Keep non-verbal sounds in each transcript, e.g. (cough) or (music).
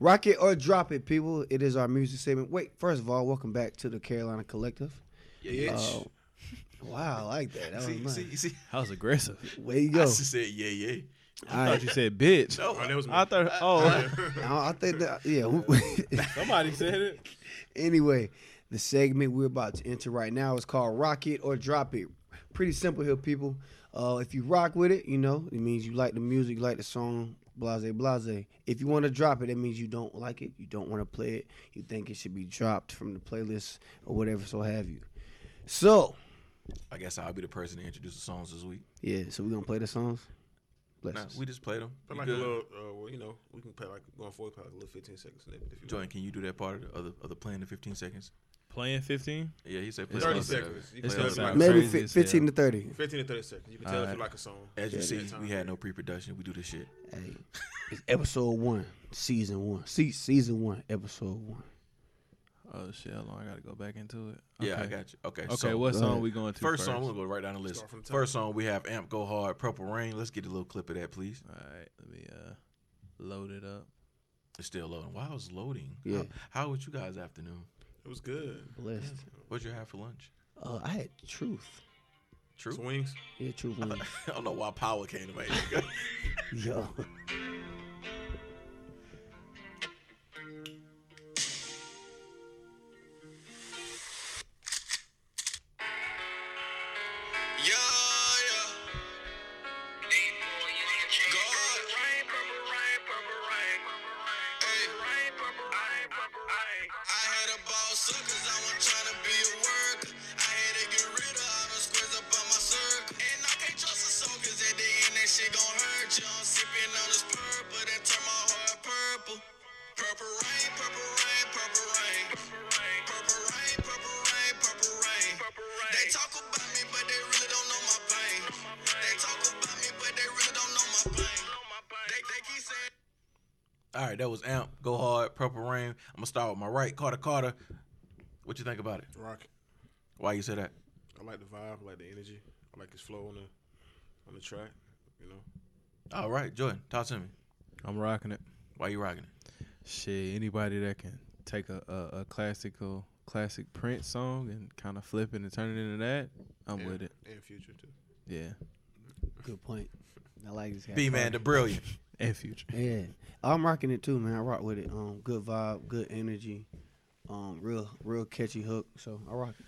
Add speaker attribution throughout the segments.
Speaker 1: Rock it or drop it, people. It is our music segment. Wait, first of all, welcome back to the Carolina Collective.
Speaker 2: Yeah.
Speaker 1: Uh, wow, I like that. That was
Speaker 2: see,
Speaker 1: mine.
Speaker 2: see, see,
Speaker 3: That was aggressive. (laughs)
Speaker 1: Way you
Speaker 2: I
Speaker 1: go.
Speaker 2: just said yeah, yeah.
Speaker 1: All
Speaker 3: I
Speaker 1: right.
Speaker 3: thought you said bitch.
Speaker 2: No,
Speaker 4: that was me.
Speaker 3: I thought. Oh,
Speaker 4: (laughs)
Speaker 1: I I think that, yeah. (laughs)
Speaker 3: somebody said it.
Speaker 1: Anyway, the segment we're about to enter right now is called Rock It or Drop It. Pretty simple here, people. Uh, if you rock with it, you know, it means you like the music, you like the song, blase, blase. If you want to drop it, that means you don't like it, you don't want to play it, you think it should be dropped from the playlist or whatever, so have you. So,
Speaker 2: I guess I'll be the person to introduce the songs this week.
Speaker 1: yeah, so we're going to play the songs? Bless
Speaker 2: Nah,
Speaker 1: us.
Speaker 2: we just played them.
Speaker 4: But
Speaker 2: You
Speaker 4: like a
Speaker 2: good?
Speaker 4: little, uh, well, you know, we can play like going forward, probably like a little 15 seconds. If you want.
Speaker 2: Jordan, can you do that part of the, of the, of the plan in 15 seconds?
Speaker 3: Playing fifteen.
Speaker 2: Yeah, he said play
Speaker 3: It's
Speaker 2: a
Speaker 3: gonna
Speaker 2: little bit of
Speaker 4: sound-
Speaker 2: it.
Speaker 4: it's
Speaker 2: Play
Speaker 3: gonna
Speaker 2: a little
Speaker 3: sound
Speaker 2: bit of it.
Speaker 1: Maybe
Speaker 3: crazy
Speaker 1: fi-
Speaker 3: as hell.
Speaker 1: 15 to 30.
Speaker 4: 15 to 30 seconds. You can tell if you like a song.
Speaker 2: As you see,
Speaker 4: Yeah.
Speaker 2: we had no pre-production. We do this shit.
Speaker 1: Hey, it's episode one, season one. Se- season one, episode one.
Speaker 3: Oh shit! How long I gotta go back into it?
Speaker 2: Yeah, I
Speaker 3: Okay.
Speaker 2: got you. Okay,
Speaker 3: Okay,
Speaker 2: so
Speaker 3: what
Speaker 1: Go
Speaker 3: song
Speaker 1: ahead.
Speaker 3: we going to first?
Speaker 2: first song, we're gonna go right down the list.
Speaker 4: Start from the top.
Speaker 2: First song we have "Amp Go Hard," "Purple Rain." Let's get a little clip of that, please.
Speaker 3: All right, let me uh load it up.
Speaker 2: It's still loading. While I was loading,
Speaker 1: Yeah.
Speaker 2: how, how was you guys' afternoon?
Speaker 4: It was good.
Speaker 1: Blessed.
Speaker 2: What'd you have for lunch?
Speaker 1: Uh, I had truth.
Speaker 2: True.
Speaker 4: Swings.
Speaker 1: Yeah, truth. Man.
Speaker 2: (laughs) I don't know why power came to my head.
Speaker 1: Yo.
Speaker 5: Yeah, yeah. God. Hey. I had a ball suck 'cause I wasn't tryna be a worker. I had to get rid of all them squares up on my circle. And I can't trust a soul 'cause at the end that shit gon' hurt you. I'm sipping on this purple that turn my heart purple. Purple rain, purple rain, purple rain. Purple rain, purple rain, purple rain. They talk about me, but they really don't know my pain. They talk about me, but they really don't know my pain. They, they keep saying.
Speaker 2: (laughs) All right, that was Amp Go Hard, Purple Rain. I'm gonna start with my right, Carter Carter. What you think about it?
Speaker 4: Rock.
Speaker 2: Why you say that?
Speaker 4: I like the vibe. I like the energy. I like his flow on the on the track. You know,
Speaker 2: All right, Jordan, talk to me.
Speaker 3: I'm rocking it.
Speaker 2: Why you rocking it?
Speaker 3: Shit, anybody that can take a, a, a classical classic Prince song and kind of flip it and turn it into that, I'm with it.
Speaker 4: and future too.
Speaker 3: Yeah,
Speaker 1: Good point. I like this guy.
Speaker 2: B man, the brilliant.
Speaker 3: and Future.
Speaker 1: Yeah. I'm rocking it too, man. I rock with it. Um, good vibe, good energy. Um, real, real catchy hook. So I rock. It.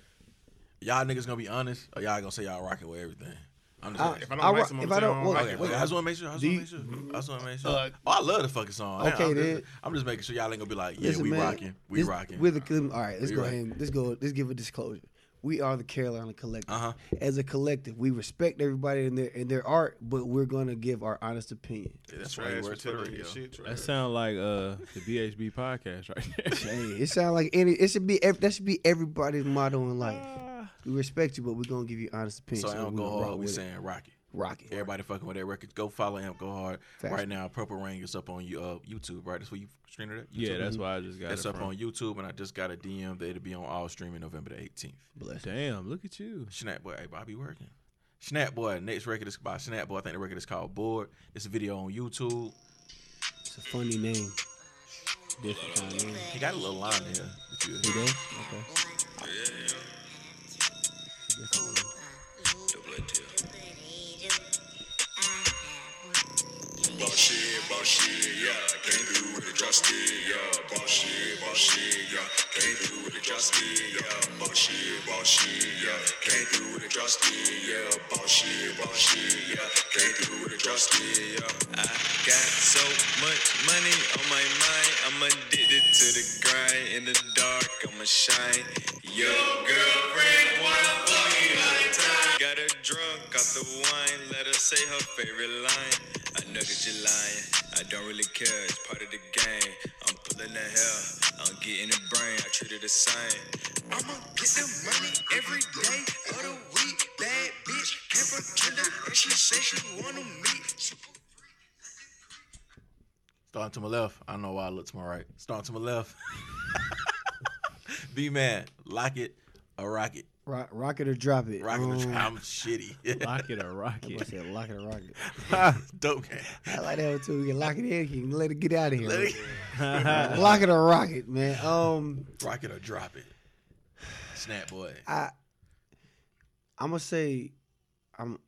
Speaker 2: Y'all niggas gonna be honest, or y'all gonna say y'all rocking with everything? I'm just
Speaker 1: I-
Speaker 2: asking.
Speaker 4: If I don't
Speaker 1: I
Speaker 4: like
Speaker 1: rock-
Speaker 4: someone,
Speaker 1: if I
Speaker 4: I'm saying
Speaker 1: don't-
Speaker 4: I don't like
Speaker 2: Okay,
Speaker 4: it.
Speaker 2: wait, I just want to make sure. I just
Speaker 1: Do
Speaker 2: want
Speaker 1: you-
Speaker 2: to make sure. I just want to make sure. oh, I love the fucking song.
Speaker 1: Uh, Okay,
Speaker 2: I'm,
Speaker 1: then.
Speaker 2: just, I'm just making sure y'all ain't gonna be like, yeah,
Speaker 1: Listen,
Speaker 2: we
Speaker 1: man,
Speaker 2: rocking, we
Speaker 1: this-
Speaker 2: rocking.
Speaker 1: We're the, all right, let's
Speaker 2: We
Speaker 1: go
Speaker 2: rock.
Speaker 1: ahead. and- Let's go. Let's give a disclosure. We are the Carolina Collective.
Speaker 2: Uh-huh.
Speaker 1: As a collective, we respect everybody in their in their art, but we're gonna give our honest opinion.
Speaker 2: Yeah, that's why he
Speaker 4: Trash,
Speaker 2: works for the
Speaker 4: material,
Speaker 2: radio.
Speaker 4: shit, trash.
Speaker 3: That sound like uh the BHB podcast (laughs)
Speaker 1: (laughs)
Speaker 3: right
Speaker 1: Hey, it sounds like any. It should be ev- that should be everybody's motto in life.
Speaker 3: there.
Speaker 1: We respect you, but we're gonna give you honest opinion.
Speaker 2: So Amp Go
Speaker 1: gonna rock
Speaker 2: Hard, we
Speaker 1: with it.
Speaker 2: saying rocky.
Speaker 1: rock it.
Speaker 2: Everybody fucking with that record. Go follow Amp Go Hard
Speaker 1: Facts.
Speaker 2: right now. Purple Rain is up on you uh, YouTube, right? That's where you streamed it. At?
Speaker 3: Yeah,
Speaker 2: YouTube?
Speaker 3: that's why I just got
Speaker 2: That's
Speaker 3: it
Speaker 2: up
Speaker 3: from.
Speaker 2: on YouTube, and I just got a DM that it'll be on all streaming November the 18th.
Speaker 1: Bless.
Speaker 3: Damn, look at you.
Speaker 2: Snap Boy, hey, I be working. Snap Boy, next record is by Snap Boy. I think the record is called Board. It's a video on YouTube.
Speaker 1: It's a funny name. Different kind of name.
Speaker 2: He got a little line here. that you-
Speaker 1: You there? Okay.
Speaker 5: Boss shit, boss shit, yeah. Can't do with the justice, yeah. Boss shit, boss shit, yeah. Can't do with the justice, yeah. Boss shit, boss shit, yeah. Can't do with the justice, yeah. Boss shit, boss shit, yeah. Can't do with the justice, yeah. I got so much money on my mind. I'm addicted to the grind. In the dark, I'ma shine. Your girlfriend wanna fuck you all the time. Got her drunk off the wine. Let her say her favorite line. I know that you're lying. I don't really care. It's part of the game. I'm pulling the hell. I'm getting the brain. I treat it the same. I'ma get the money every day of the week. Bad bitch came from Canada and she said she wanna meet.
Speaker 2: Starting to my left. I don't know why I look to my right. (laughs) Starting to my left. B man, lock it or rock it.
Speaker 1: Rock, rock it or drop it.
Speaker 2: Rocket or
Speaker 1: Um,
Speaker 2: Drop- I'm (laughs) shitty.
Speaker 3: Lock it or rock
Speaker 1: I
Speaker 3: it.
Speaker 1: said lock it or rock it.
Speaker 2: Dope.
Speaker 1: I like that one too. You can lock it in, you can let it get out of here.
Speaker 2: Let me
Speaker 1: man. (laughs) lock it or rock it, man. Um,
Speaker 2: rock it or uh, drop it. Snap boy.
Speaker 1: I, I'm gonna say, I'm,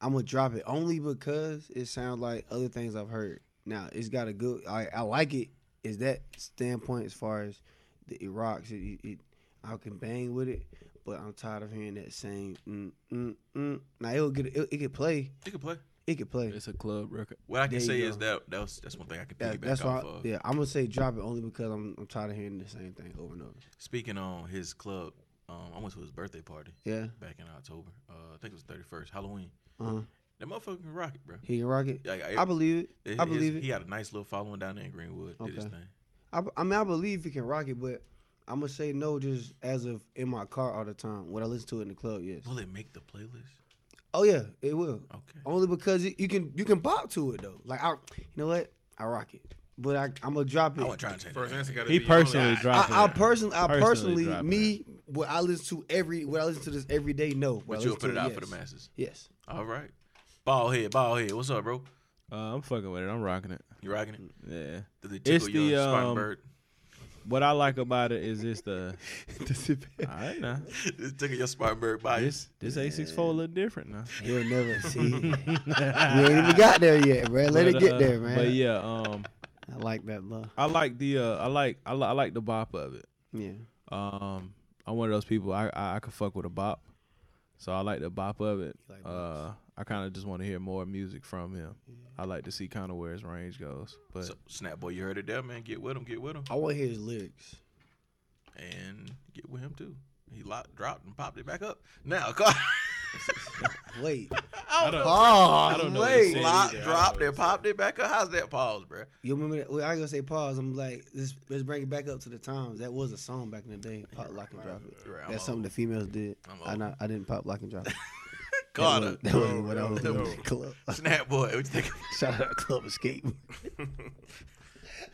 Speaker 1: I'm gonna drop it only because it sounds like other things I've heard. Now it's got a good. I, I like it. Is that standpoint as far as the, it rocks? It, it, I can bang with it, but I'm tired of hearing that same. Mm, mm, mm. Now it'll get. It, it could play.
Speaker 2: You can play.
Speaker 1: It could play.
Speaker 3: It's a club record.
Speaker 2: What I can
Speaker 1: There you
Speaker 2: say
Speaker 1: go.
Speaker 2: is that that was that's one thing I can
Speaker 1: That-
Speaker 2: piggyback
Speaker 1: that's why.
Speaker 2: off of.
Speaker 1: yeah, I'm gonna say drop it only because I'm, I'm tired of hearing the same thing over and over.
Speaker 2: Speaking on his club, um, I went to his birthday party
Speaker 1: Yeah.
Speaker 2: back in October. Uh, I think it was thirty first Halloween.
Speaker 1: Uh huh.
Speaker 2: That motherfucker can rock it, bro.
Speaker 1: He can rock it.
Speaker 2: Like,
Speaker 1: I believe it.
Speaker 2: his-
Speaker 1: I believe
Speaker 2: his-
Speaker 1: it.
Speaker 2: He got a nice little following down there in Greenwood. Did his
Speaker 1: Okay.
Speaker 2: thing.
Speaker 1: I, I mean, I believe he can rock it, but I'm gonna say no, just as of in my car all the time. When I listen to it in the club, yes.
Speaker 2: Will it make the playlist?
Speaker 1: Oh yeah, it will.
Speaker 2: Okay.
Speaker 1: Only because it, you can you can bop to it though. Like I, you know what? I rock it, but I I'm gonna drop
Speaker 2: I
Speaker 1: it.
Speaker 2: want to try and change
Speaker 4: First
Speaker 2: it.
Speaker 4: answer got to
Speaker 3: He
Speaker 4: be your only
Speaker 3: personally
Speaker 4: eye.
Speaker 3: dropped
Speaker 1: I, I
Speaker 3: it.
Speaker 1: personally, I
Speaker 3: Personally
Speaker 1: personally,
Speaker 3: drop it.
Speaker 1: me, what I listen to every, what I listen to this every day. No, What I
Speaker 2: But
Speaker 1: listen
Speaker 2: you'll put
Speaker 1: to
Speaker 2: it out
Speaker 1: yes.
Speaker 2: for the masses.
Speaker 1: Yes,
Speaker 2: All right. Ball head, ball head. What's up, bro?
Speaker 3: Uh, I'm fucking with it. I'm rocking it.
Speaker 2: You rocking it?
Speaker 3: Yeah.
Speaker 2: Does it
Speaker 3: It's
Speaker 2: tickle your
Speaker 3: the,
Speaker 2: spotted
Speaker 3: um,
Speaker 2: bird?
Speaker 3: What I like about it is it's the.
Speaker 1: (laughs) Does it
Speaker 3: All right
Speaker 1: um,
Speaker 2: (laughs)
Speaker 3: now.
Speaker 2: it tickle your spotted bird bias.
Speaker 3: This this A64 a little different now.
Speaker 1: You'll never
Speaker 3: (laughs)
Speaker 1: see. it. you ain't even got there yet, man. Let it
Speaker 3: But,
Speaker 1: get
Speaker 3: uh,
Speaker 1: there, man.
Speaker 3: But yeah, um,
Speaker 1: I like that love.
Speaker 3: I like the uh, I like I, li- I like the bop of it.
Speaker 1: Yeah.
Speaker 3: Um, I'm one of those people I I, I could fuck with a bop, so I like the bop of it.
Speaker 1: You like
Speaker 3: uh, I kind of just want to hear more music from him. I like to see kind of where his range goes. But
Speaker 2: So, snap boy, you heard it there, man. Get with him, get with him,
Speaker 1: I want to hear his lyrics.
Speaker 2: and get with him too. He locked, dropped, and popped it back up. Now, (laughs) car-
Speaker 1: (laughs) Wait.
Speaker 3: I don't,
Speaker 1: Pause.
Speaker 3: don't
Speaker 2: Oh,
Speaker 3: know what he
Speaker 1: Wait.
Speaker 3: said.
Speaker 2: locked,
Speaker 4: either. I
Speaker 2: dropped,
Speaker 4: don't
Speaker 2: and popped it back up. How's that pause, bro?
Speaker 1: You remember? That? Well, I ain't gonna say pause. I'm like, let's let's bring it back up to the times. That was a song back in the day. Pop lock and drop it.
Speaker 2: Right, I'm
Speaker 1: That's something the females did.
Speaker 2: I'm
Speaker 1: I
Speaker 2: old.
Speaker 1: not, I didn't pop lock and drop it.
Speaker 2: Carter,
Speaker 1: That wasn't what I
Speaker 2: (laughs)
Speaker 1: was
Speaker 2: no,
Speaker 1: doing
Speaker 2: no.
Speaker 1: in the club. (laughs)
Speaker 2: snap boy. What you (laughs) think?
Speaker 1: Shout out Club Escape.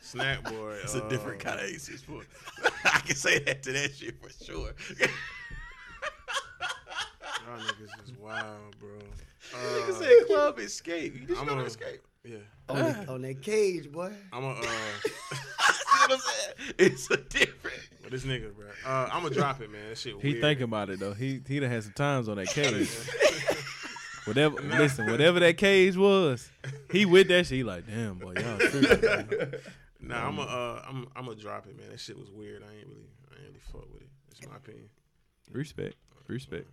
Speaker 4: Snack
Speaker 2: (laughs)
Speaker 4: boy.
Speaker 2: It's a different
Speaker 4: uh,
Speaker 2: kind of aces for. (laughs) I can say that to that shit for sure. (laughs)
Speaker 4: Y'all niggas is wild,
Speaker 2: (laughs)
Speaker 4: bro.
Speaker 2: You can
Speaker 4: Uh,
Speaker 2: say club escape. You just
Speaker 4: I'm
Speaker 2: know
Speaker 4: a-
Speaker 2: escape. (laughs)
Speaker 4: yeah,
Speaker 1: on, that, on that cage, boy.
Speaker 4: I'm a. Uh,
Speaker 2: See what I'm saying? It's a different.
Speaker 4: But this nigga, bro. Uh, I'm gonna drop it, man. That shit
Speaker 3: he
Speaker 4: weird.
Speaker 3: thinking about it though. He he done had some times on that cage.
Speaker 2: (laughs)
Speaker 3: whatever, listen, whatever that cage was, he with that shit. He like, damn boy,
Speaker 2: (laughs)
Speaker 3: y'all. tripping."
Speaker 4: Nah, I'm a. Uh, I'm. I'm gonna drop it, man. That shit was weird. I ain't really. I ain't really fuck with it. That's my opinion.
Speaker 3: Respect, respect.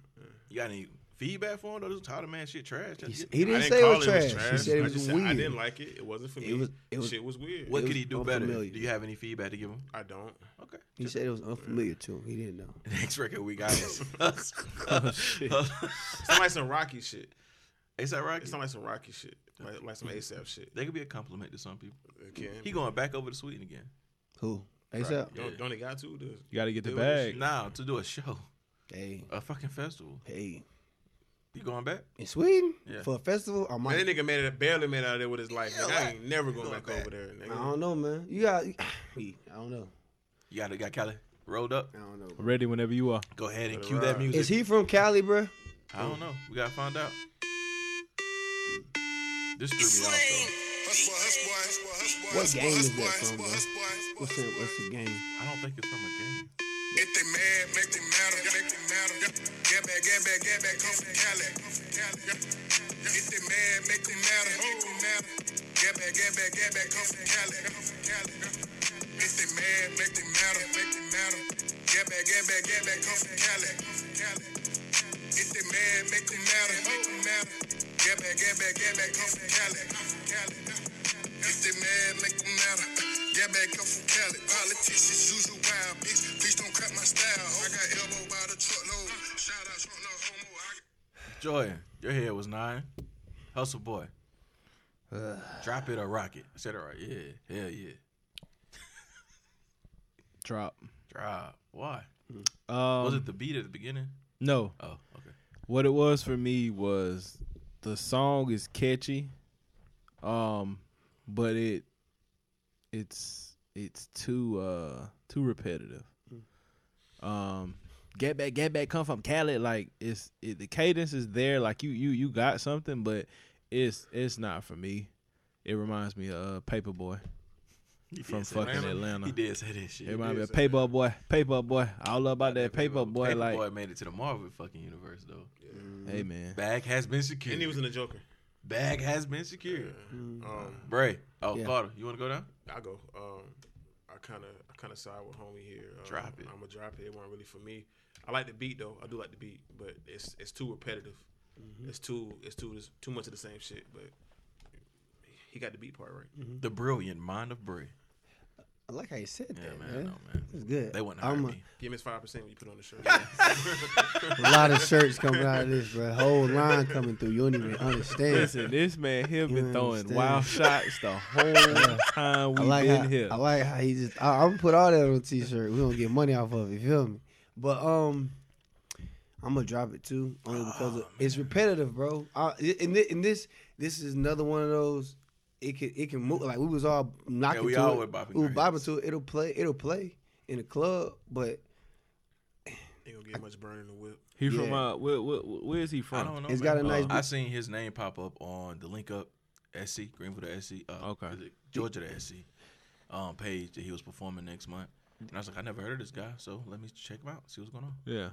Speaker 2: You got any feedback for him? Though this Tyler man shit trash. That's
Speaker 1: He, s-
Speaker 2: it.
Speaker 1: he
Speaker 4: I
Speaker 1: didn't say it was
Speaker 4: call
Speaker 1: trash. He said it
Speaker 4: I
Speaker 1: was
Speaker 4: just said
Speaker 1: weird.
Speaker 4: I didn't like it. It wasn't for me.
Speaker 1: It was- it was-
Speaker 4: shit was weird.
Speaker 2: What
Speaker 1: it
Speaker 2: could
Speaker 1: was
Speaker 2: he do better?
Speaker 1: unfamiliar.
Speaker 2: Do you have any feedback to give him?
Speaker 4: I don't.
Speaker 2: Okay.
Speaker 1: He said it was unfamiliar too. He didn't know.
Speaker 2: (laughs) Next record we got is Oh,
Speaker 4: It's not like some Rocky shit.
Speaker 2: ASAP Rocky.
Speaker 4: It's not like some Rocky shit. Like, like some ASAP shit.
Speaker 2: They could be a compliment to some people.
Speaker 4: It can't.
Speaker 2: He going back over to Sweden again.
Speaker 1: Who? ASAP.
Speaker 4: Don't, don't they got to? The,
Speaker 3: You got to get the
Speaker 4: Dude,
Speaker 3: bag.
Speaker 2: Now to do a show,
Speaker 1: Hey,
Speaker 2: a fucking festival.
Speaker 1: hey.
Speaker 2: You going back?
Speaker 1: In Sweden
Speaker 2: Yeah.
Speaker 1: for a festival, Oh, I might.
Speaker 4: man, that nigga made it barely made it out of there with his life.
Speaker 2: Yeah,
Speaker 4: Like, I
Speaker 2: like,
Speaker 4: ain't never going
Speaker 2: going
Speaker 4: back,
Speaker 2: back.
Speaker 4: over there.
Speaker 1: I
Speaker 4: Nigga.
Speaker 1: don't know, man. You got. (sighs) I don't know.
Speaker 2: You got got Cali rolled up.
Speaker 1: I don't know.
Speaker 3: Ready whenever you are.
Speaker 2: Go ahead and
Speaker 4: Let it
Speaker 2: cue that
Speaker 4: ride.
Speaker 2: music.
Speaker 1: Is he from Cali, bro?
Speaker 2: I don't know. We gotta find out. This threw me
Speaker 5: Slang.
Speaker 2: off
Speaker 1: What game is that from, bro? What's the, what's the game?
Speaker 2: though. I don't think it's from a game.
Speaker 5: If they mad, make them matter, make them matter. Get back, get back, get back, come from Cali. If they mad, make them matter, make them matter. Get back, get back, get back, come from Cali. If they mad, make them matter, make them matter. Get back, get back, get back, come from Cali. If they mad, make them matter, make them matter. Get back, get back, get back, come from Cali. If they mad, make them matter. Get back, come from Cali. Politicians, usual wild bitch. Please don't cut my style. I got elbow by the truckload. Shout out, no homo. I
Speaker 2: Jordan, your head was nine. Hustle boy. Drop it or rock it. I said it right. Yeah. Hell yeah.
Speaker 3: Drop.
Speaker 2: Drop. Why?
Speaker 3: Um,
Speaker 2: was it the beat at the beginning?
Speaker 3: no?
Speaker 2: Oh, okay.
Speaker 3: What it was for me was the song is catchy, um, but it it's it's too uh too repetitive. Um, get back, get back, come from Cali. Like it's it, the cadence is there. Like you you you got something, but it's it's not for me. It reminds me of uh, Paperboy.
Speaker 2: He did
Speaker 3: From
Speaker 2: say
Speaker 3: fucking Atlanta.
Speaker 2: He did say that shit.
Speaker 3: It reminds me
Speaker 2: He
Speaker 3: of
Speaker 2: did say
Speaker 3: Paper Boy, Paper Boy. All about that Paper Boy. Like,
Speaker 2: Paperboy made it to the Marvel fucking universe though.
Speaker 3: hey man,
Speaker 2: Bag has been secured.
Speaker 4: And he was in the Joker.
Speaker 2: Bag has been secured.
Speaker 1: Mm-hmm.
Speaker 4: Um,
Speaker 2: Bray. Oh,
Speaker 1: Yeah.
Speaker 2: Carter, you want to go down?
Speaker 4: I go. Um, I kind of, I kind of side with homie here. Um,
Speaker 2: Drop it.
Speaker 4: I'm gonna drop it. It wasn't really for me. I like the beat though. I do like the beat, but it's it's too repetitive.
Speaker 2: Mm-hmm.
Speaker 4: It's too, it's too, it's too much of the same shit. But he got the beat part right.
Speaker 2: The brilliant mind of Bray.
Speaker 1: I like how you said
Speaker 2: Yeah,
Speaker 1: that,
Speaker 2: man,
Speaker 1: man.
Speaker 2: I know, man.
Speaker 1: It's good.
Speaker 2: They wouldn't hire
Speaker 1: I'm
Speaker 2: me.
Speaker 1: a,
Speaker 4: Give him his five percent when you put on the
Speaker 2: (laughs)
Speaker 4: shirt.
Speaker 1: (laughs) a lot of shirts coming out of this, bro. Whole line coming through. You don't
Speaker 2: (laughs)
Speaker 1: even understand.
Speaker 3: listen, this man here
Speaker 1: You
Speaker 3: been throwing
Speaker 1: understand. (laughs)
Speaker 3: wild shots the whole time
Speaker 1: I
Speaker 3: we
Speaker 1: like
Speaker 3: been
Speaker 1: how,
Speaker 3: here.
Speaker 1: I like how he just. I, I'm gonna put all that on a t-shirt. We gonna get money off of it. You feel me? But um, I'm gonna drop it too, only because of, it's repetitive, bro. I, and, thi- and this this is another one of those. It can it can move like we was all knocking.
Speaker 2: Yeah, we
Speaker 1: to
Speaker 2: all
Speaker 1: it.
Speaker 2: were bopping
Speaker 1: We were
Speaker 2: our
Speaker 1: bopping
Speaker 2: heads.
Speaker 1: to it. It'll play. It'll play in the club, but
Speaker 4: Ain't gonna get much burn in the whip.
Speaker 3: he from
Speaker 1: yeah.
Speaker 3: uh, where, where, where is he from?
Speaker 2: I don't know.
Speaker 1: It's
Speaker 2: man.
Speaker 1: got a nice
Speaker 2: Uh,
Speaker 1: beat.
Speaker 2: I seen his name pop up on the link up SC Greenville to SC. Uh,
Speaker 3: Okay.
Speaker 2: is it Georgia to SC um, page that he was performing next month, and I was like, I never heard of this guy, so let me check him out, see what's going on.
Speaker 3: Yeah,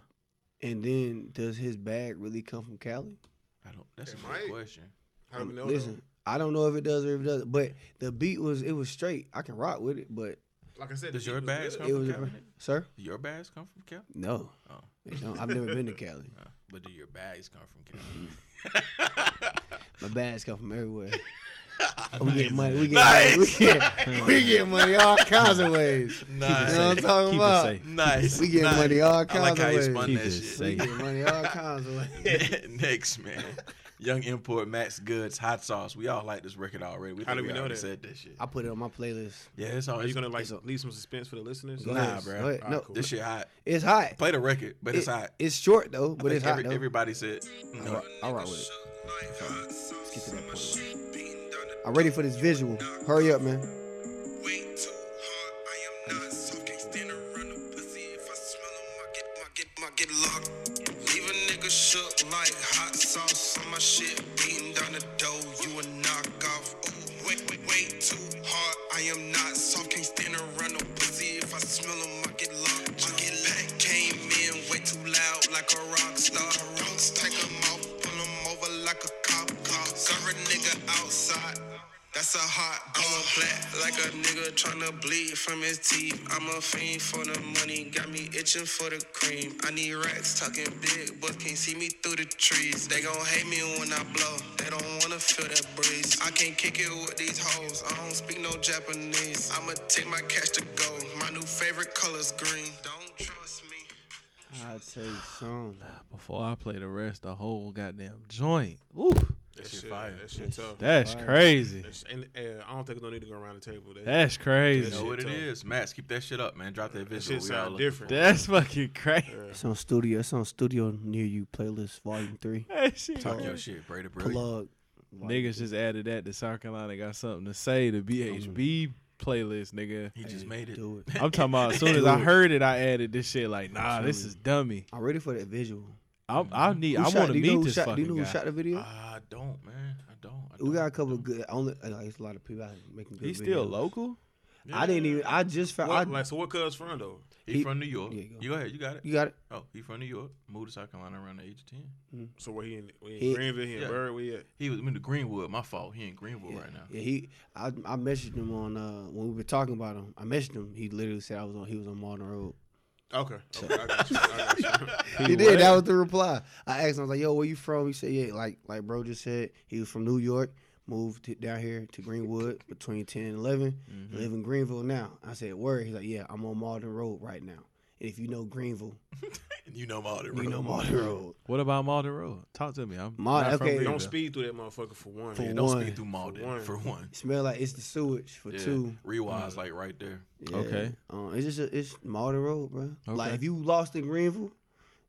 Speaker 1: and then does his bag really come from Cali?
Speaker 2: I don't. That's a
Speaker 4: It
Speaker 2: good
Speaker 4: might.
Speaker 2: question.
Speaker 4: How do
Speaker 2: Mm,
Speaker 4: we know?
Speaker 1: Listen, I don't know if it does or if it doesn't, but the beat was it was straight. I can rock with it, but
Speaker 4: though? Like I said,
Speaker 2: Does
Speaker 4: the
Speaker 2: your
Speaker 4: beat
Speaker 2: bags
Speaker 4: was
Speaker 2: come
Speaker 1: it
Speaker 4: good.
Speaker 2: from
Speaker 1: was
Speaker 2: Cali?
Speaker 1: sir.
Speaker 2: Do your bags come from Cali?
Speaker 1: No,
Speaker 2: Oh.
Speaker 1: They don't. I've never been to Cali.
Speaker 2: Uh, but do your bags come from Cali?
Speaker 1: My bags come from everywhere. We get money. We get money. We get, we get money all kinds of ways.
Speaker 2: (laughs) Nice.
Speaker 1: You know what I'm talking
Speaker 3: Keep it
Speaker 1: about?
Speaker 3: safe.
Speaker 2: Nice.
Speaker 1: We getting
Speaker 2: nice.
Speaker 1: money all
Speaker 2: I like
Speaker 1: kinds
Speaker 2: how
Speaker 1: of
Speaker 2: you
Speaker 1: ways.
Speaker 2: spun
Speaker 3: Keep
Speaker 2: that
Speaker 3: it
Speaker 2: shit.
Speaker 1: We
Speaker 3: safe.
Speaker 1: get money all kinds of ways.
Speaker 2: (laughs) Next, man. Young Import, Max Goods, Hot Sauce. We all like this record already. We
Speaker 4: How
Speaker 2: think
Speaker 4: do we know
Speaker 2: already
Speaker 4: that?
Speaker 2: Said that shit.
Speaker 1: I put it on my playlist.
Speaker 2: Yeah, it's
Speaker 4: Are you
Speaker 2: always.
Speaker 4: gonna like
Speaker 1: It's a-
Speaker 4: leave some suspense for the listeners?
Speaker 1: Go
Speaker 2: Nah,
Speaker 1: ahead.
Speaker 2: bruh.
Speaker 1: Go ahead.
Speaker 4: Alright,
Speaker 1: No,
Speaker 4: cool.
Speaker 2: This shit hot.
Speaker 1: it's hot.
Speaker 2: Play the record, but it's
Speaker 1: It-
Speaker 2: hot.
Speaker 1: It's short though,
Speaker 2: I
Speaker 1: but it's
Speaker 2: think
Speaker 1: hot
Speaker 2: every-
Speaker 1: though.
Speaker 2: Everybody said. Mm, (laughs)
Speaker 1: I rock, I rock with it. Let's get to that point. man.
Speaker 6: Beating down the
Speaker 1: I'm ready for this visual. Hurry up, man.
Speaker 6: way too hard. I am not soft. Can't stand around no pussy. If I smell 'em, I get, I get, I get locked. Leave a nigga shook like hot sauce on my shit. Beating down the dough, you a knockoff. Ooh, wait, wait, way too hard. I am not soft. Can't stand around no pussy. If I smell 'em, I get locked. I get back. Came in way too loud like a rock star. Rocks, take 'em off, pull 'em over like a cop car. Serve a nigga outside. That's a hot, I'm a plat like a nigga tryna bleed from his teeth. I'm a fiend for the money, got me itching for the cream. I need racks talking big, but can't see me through the trees. They gon' hate me when I blow, they don't wanna feel that breeze. I can't kick it with these hoes, I don't speak no Japanese. I'ma take my cash to go, my new favorite color's green. Don't trust me.
Speaker 1: I'll tell you something.
Speaker 3: Before I play the rest, the whole goddamn joint. Ooh,
Speaker 4: That
Speaker 2: shit
Speaker 4: shit,
Speaker 2: fire.
Speaker 4: that shit tough.
Speaker 3: that's crazy.
Speaker 4: That's- and uh, I don't think no need to go around the table. That,
Speaker 3: That's
Speaker 2: You
Speaker 3: crazy.
Speaker 2: know
Speaker 4: shit
Speaker 2: what it
Speaker 4: tough.
Speaker 2: is, Max. Keep that shit up, man. Drop that
Speaker 4: that
Speaker 2: visual.
Speaker 4: shit
Speaker 2: We all
Speaker 4: sound
Speaker 2: looking
Speaker 4: different.
Speaker 3: That's fucking crazy. (laughs)
Speaker 1: It's on studio. It's on studio near you. Playlist volume three.
Speaker 3: That shit.
Speaker 2: for. Talk your shit, Brady Brilliant.
Speaker 1: Plug.
Speaker 3: Niggas just added that to South Carolina got something to say. The BHB playlist,
Speaker 1: (laughs)
Speaker 3: nigga.
Speaker 2: He just made it.
Speaker 1: Do it.
Speaker 3: I'm talking about. As soon as I heard it, I added this shit. Like, nah, this is dummy.
Speaker 1: I'm ready for that visual.
Speaker 3: I'm, I need.
Speaker 1: Who
Speaker 3: I
Speaker 1: shot-
Speaker 3: want
Speaker 1: do
Speaker 3: to
Speaker 1: Mm-hmm. you know
Speaker 3: meet
Speaker 1: who
Speaker 3: this
Speaker 1: shot, Do you know
Speaker 3: fucking
Speaker 1: who
Speaker 3: guy.
Speaker 1: shot the video?
Speaker 2: I don't, man. I don't. I
Speaker 1: We got a
Speaker 2: don't.
Speaker 1: couple of good. Only like, it's a lot of people out here making good.
Speaker 3: He's still
Speaker 1: videos.
Speaker 3: local.
Speaker 1: I didn't even. I just found.
Speaker 4: What,
Speaker 1: I,
Speaker 4: like, so what cuz from though?
Speaker 2: He,
Speaker 1: He-
Speaker 2: from New York.
Speaker 1: Yeah, go.
Speaker 2: You go ahead. You got it.
Speaker 1: you got it.
Speaker 2: Oh, he from New York. Moved to South Carolina around the age of ten.
Speaker 4: So where he in, we in
Speaker 1: He-
Speaker 4: Greenville, he in
Speaker 2: Yeah.
Speaker 4: Bird, we at?
Speaker 2: He was I mean, to Greenwood. My fault. He in Greenwood right now.
Speaker 1: Yeah, he. I, I messaged him on uh when we were talking about him. I messaged him. He literally said I was on. He was on Martin Road.
Speaker 4: Okay. okay I got you, I
Speaker 1: (laughs)
Speaker 4: got you.
Speaker 1: He, did. That was the reply. I asked him. I was like, "Yo, where you from?" He said, "Yeah, like like bro just said he was from New York." Moved to, down here to Greenwood between 10 and 11. Live in Greenville now. I said, word. He's like, yeah, I'm on Malden Road right now. And if you know Greenville,
Speaker 2: You know my other
Speaker 1: you know Malden Road.
Speaker 3: What about Malden Road? Talk to me. I'm
Speaker 1: Ma-
Speaker 3: not from
Speaker 1: okay.
Speaker 3: Greenville.
Speaker 4: Don't speed through that motherfucker for one.
Speaker 1: For
Speaker 4: man.
Speaker 2: Don't
Speaker 1: One.
Speaker 2: speak through Malden
Speaker 4: For one.
Speaker 2: for one.
Speaker 1: Smell like it's the sewage for
Speaker 2: Yeah.
Speaker 1: two.
Speaker 2: Rewise like right there.
Speaker 1: Yeah.
Speaker 3: Okay.
Speaker 1: Um, it's just a, it's Malden Road, bro. Like
Speaker 3: Okay.
Speaker 1: if you lost in Greenville,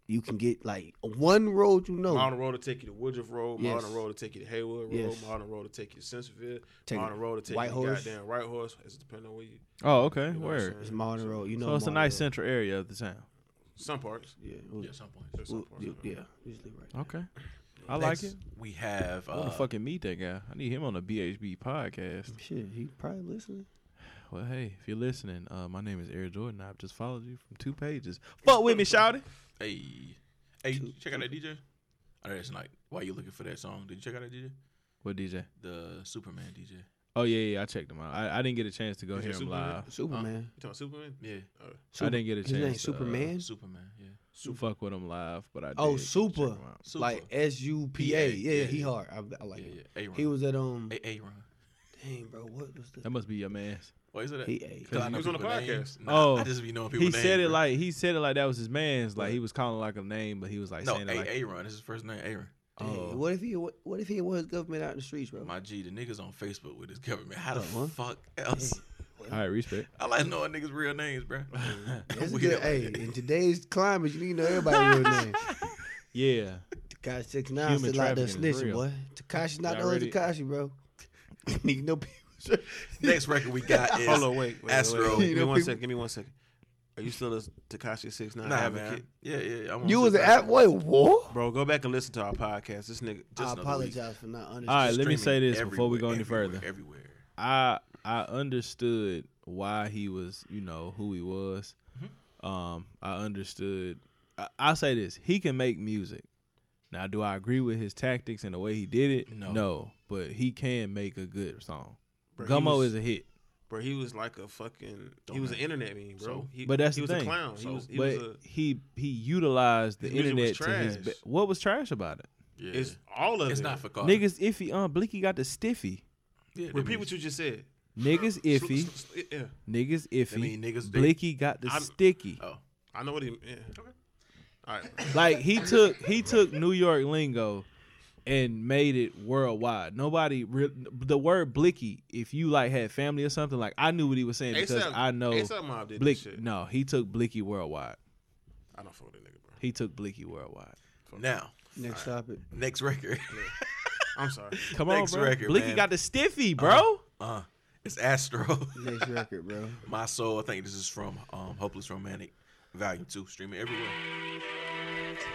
Speaker 1: you can get like one road you know.
Speaker 4: Modern Road to take you to Woodruff Road.
Speaker 1: Yes.
Speaker 4: Modern Road to take you to Haywood Road.
Speaker 1: Yes.
Speaker 4: Modern Road to take you to Sensonville.
Speaker 1: Take
Speaker 4: modern
Speaker 1: it-
Speaker 4: Road to take
Speaker 1: White
Speaker 4: you to
Speaker 1: Horse.
Speaker 4: goddamn Right Horse. It's depending on where you.
Speaker 3: Oh, okay.
Speaker 4: you know what I'm
Speaker 3: Word.
Speaker 1: It's
Speaker 4: saying?
Speaker 1: Malden Road. You know.
Speaker 3: So it's a
Speaker 1: Malden
Speaker 3: nice
Speaker 1: Road.
Speaker 3: central area of the town.
Speaker 4: Some parts.
Speaker 1: Yeah, it was-
Speaker 2: Yeah, some points.
Speaker 4: There's some
Speaker 1: well,
Speaker 4: parts.
Speaker 1: yeah, yeah, usually right.
Speaker 3: Okay. I
Speaker 2: Next,
Speaker 3: like it.
Speaker 2: We have
Speaker 3: I want
Speaker 2: uh,
Speaker 3: to fucking meet that guy. I need him on the BHB podcast.
Speaker 1: Shit, he probably listening.
Speaker 3: Well, hey, if you're listening, uh, my name is Eric Jordan. I've just followed you from two pages. Fuck with me, shouty.
Speaker 2: Hey, hey, you check out that DJ. I know that's not. Why you looking for that song? Did you check out that DJ?
Speaker 3: What DJ?
Speaker 2: The Superman DJ.
Speaker 3: Oh yeah, yeah. I checked him out. I, I didn't get a chance to go
Speaker 4: Is
Speaker 3: hear
Speaker 4: it
Speaker 3: him
Speaker 4: Superman?
Speaker 3: live.
Speaker 1: Superman.
Speaker 4: You talking about Superman?
Speaker 2: Yeah,
Speaker 3: I didn't get a
Speaker 1: His
Speaker 3: chance.
Speaker 1: name
Speaker 3: to, uh,
Speaker 1: Superman.
Speaker 2: Superman. Yeah.
Speaker 3: Fuck with him live, but I did
Speaker 1: Oh,
Speaker 3: check
Speaker 1: super.
Speaker 3: him out.
Speaker 2: Super.
Speaker 1: like S U P A.
Speaker 2: PA,
Speaker 1: Yeah,
Speaker 2: yeah,
Speaker 1: he
Speaker 2: yeah.
Speaker 1: hard. I, I like
Speaker 2: yeah,
Speaker 1: him.
Speaker 2: yeah. Aaron.
Speaker 1: He was at um.
Speaker 2: A- Aaron.
Speaker 1: Dang, bro, what was
Speaker 3: That
Speaker 1: the?
Speaker 3: must be your man's.
Speaker 2: Why is it that?
Speaker 1: He A.
Speaker 2: 'Cause I
Speaker 4: He
Speaker 2: know
Speaker 4: was on the
Speaker 2: people's names.
Speaker 4: podcast.
Speaker 2: Nah,
Speaker 3: Oh,
Speaker 2: I just be knowing people.
Speaker 3: He said
Speaker 2: names,
Speaker 3: it
Speaker 2: bro.
Speaker 3: like he said it like that was his man's. Like he was calling like a name, but he was like
Speaker 2: no,
Speaker 3: saying it like
Speaker 2: A- Aaron. This is his first name, Aaron.
Speaker 1: Dang,
Speaker 3: Oh.
Speaker 1: What if he? What, what if he was government out in the streets, bro?
Speaker 2: My G, the niggas on Facebook with this government. How the
Speaker 1: Uh-huh.
Speaker 2: fuck else?
Speaker 3: All right, respect.
Speaker 2: I like knowing niggas' real names,
Speaker 3: (laughs)
Speaker 2: bro. (laughs)
Speaker 1: That's good. Hey, in today's climate, you need to know everybody's real name.
Speaker 3: Yeah.
Speaker 1: Takashi Six Nine
Speaker 3: Human
Speaker 1: still out there
Speaker 3: trafficking is
Speaker 1: snitching,
Speaker 3: real.
Speaker 1: boy. Takashi's not the
Speaker 3: Y'all
Speaker 1: only
Speaker 3: ready?
Speaker 1: Takashi, bro. (laughs) need to know people.
Speaker 2: Next record
Speaker 3: (laughs)
Speaker 2: we got is
Speaker 4: Hold on, wait, wait, wait,
Speaker 2: Astro.
Speaker 4: wait. Give me
Speaker 1: You know,
Speaker 4: one
Speaker 1: people-
Speaker 4: second. Give me one second. Are you still a Takashi Six Nine
Speaker 2: Nah,
Speaker 4: advocate?
Speaker 2: man. Yeah, yeah. I'm
Speaker 1: (laughs)
Speaker 2: on
Speaker 1: You was
Speaker 2: Super-
Speaker 1: an app. Wait, what?
Speaker 4: Bro, go back and listen to our podcast. This nigga,
Speaker 1: I
Speaker 2: Just another week.
Speaker 1: apologize for not understanding.
Speaker 3: All right, let me say
Speaker 2: Streaming
Speaker 3: this before we
Speaker 2: everywhere,
Speaker 3: go any
Speaker 2: everywhere,
Speaker 3: further.
Speaker 2: Everywhere.
Speaker 3: I I understood why he was, you know, who he was.
Speaker 4: Mm-hmm.
Speaker 3: Um, I understood. I, I'll say this: he can make music. Now, do I agree with his tactics and the way he did it?
Speaker 2: No.
Speaker 3: but he can make a good song.
Speaker 4: Bro, he
Speaker 3: Gummo
Speaker 4: was-
Speaker 3: is a hit,
Speaker 4: bro, he was like a fucking.
Speaker 2: Don't
Speaker 4: He was an
Speaker 2: matter.
Speaker 4: internet meme, bro.
Speaker 2: So?
Speaker 4: he,
Speaker 3: But that's
Speaker 4: he
Speaker 3: the
Speaker 4: was a
Speaker 3: thing.
Speaker 4: clown.
Speaker 2: So?
Speaker 4: he was. He
Speaker 3: but
Speaker 4: was a,
Speaker 3: he he utilized the
Speaker 4: His music was
Speaker 3: internet to his.
Speaker 4: trash. Uh,
Speaker 3: Be- what was trash about it?
Speaker 2: Yeah.
Speaker 4: It's
Speaker 2: It's,
Speaker 4: all of it.
Speaker 2: not for Carter.
Speaker 3: Niggas iffy. Um, Blicky got the stiffy.
Speaker 2: Yeah, that
Speaker 4: Repeat
Speaker 2: means-
Speaker 4: what you just said.
Speaker 3: Niggas iffy.
Speaker 4: Sl- sl- Yeah,
Speaker 3: Niggas iffy.
Speaker 2: mean niggas- they-
Speaker 3: Blicky got the
Speaker 4: I'm-
Speaker 3: sticky.
Speaker 2: Oh,
Speaker 4: I know what he. Yeah. Okay. All
Speaker 3: (laughs)
Speaker 4: right.
Speaker 3: Like he took he took New York lingo and made it worldwide. Nobody re- the word blicky. If you like had family or something, like I knew what he was saying because
Speaker 4: ASAP.
Speaker 3: I know
Speaker 4: ASAP Mob did this
Speaker 3: blick.
Speaker 4: shit.
Speaker 3: No, he took blicky worldwide.
Speaker 4: I don't fuck with that nigga, bro.
Speaker 3: He took blicky worldwide.
Speaker 2: (laughs) now
Speaker 1: Next
Speaker 3: (laughs)
Speaker 1: topic.
Speaker 2: next record.
Speaker 4: I'm sorry.
Speaker 3: Come
Speaker 2: Next
Speaker 3: on, bro.
Speaker 2: record,
Speaker 3: blicky
Speaker 2: man.
Speaker 3: got the stiffy, bro. Uh-huh.
Speaker 2: Uh, (laughs) it's Astro. (laughs)
Speaker 1: Next record, bro.
Speaker 2: My soul. I think this is from um, Hopeless Romantic, Volume Two, streaming everywhere.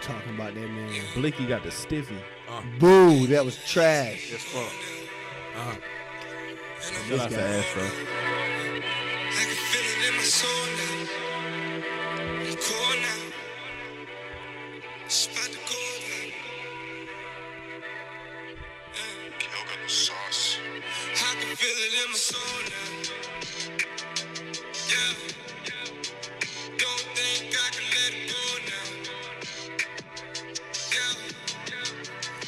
Speaker 1: Talking about that man.
Speaker 3: Blicky got the stiffy.
Speaker 1: Boo, that was trash.
Speaker 4: It's fuck.
Speaker 3: Shout out to
Speaker 1: guy.
Speaker 3: Astro.
Speaker 5: I can feel it in my soul now. I'm cool now. It's about to go down. Yeah. I can feel it in my soul now. Yeah. Don't think I can let it go now. Yeah.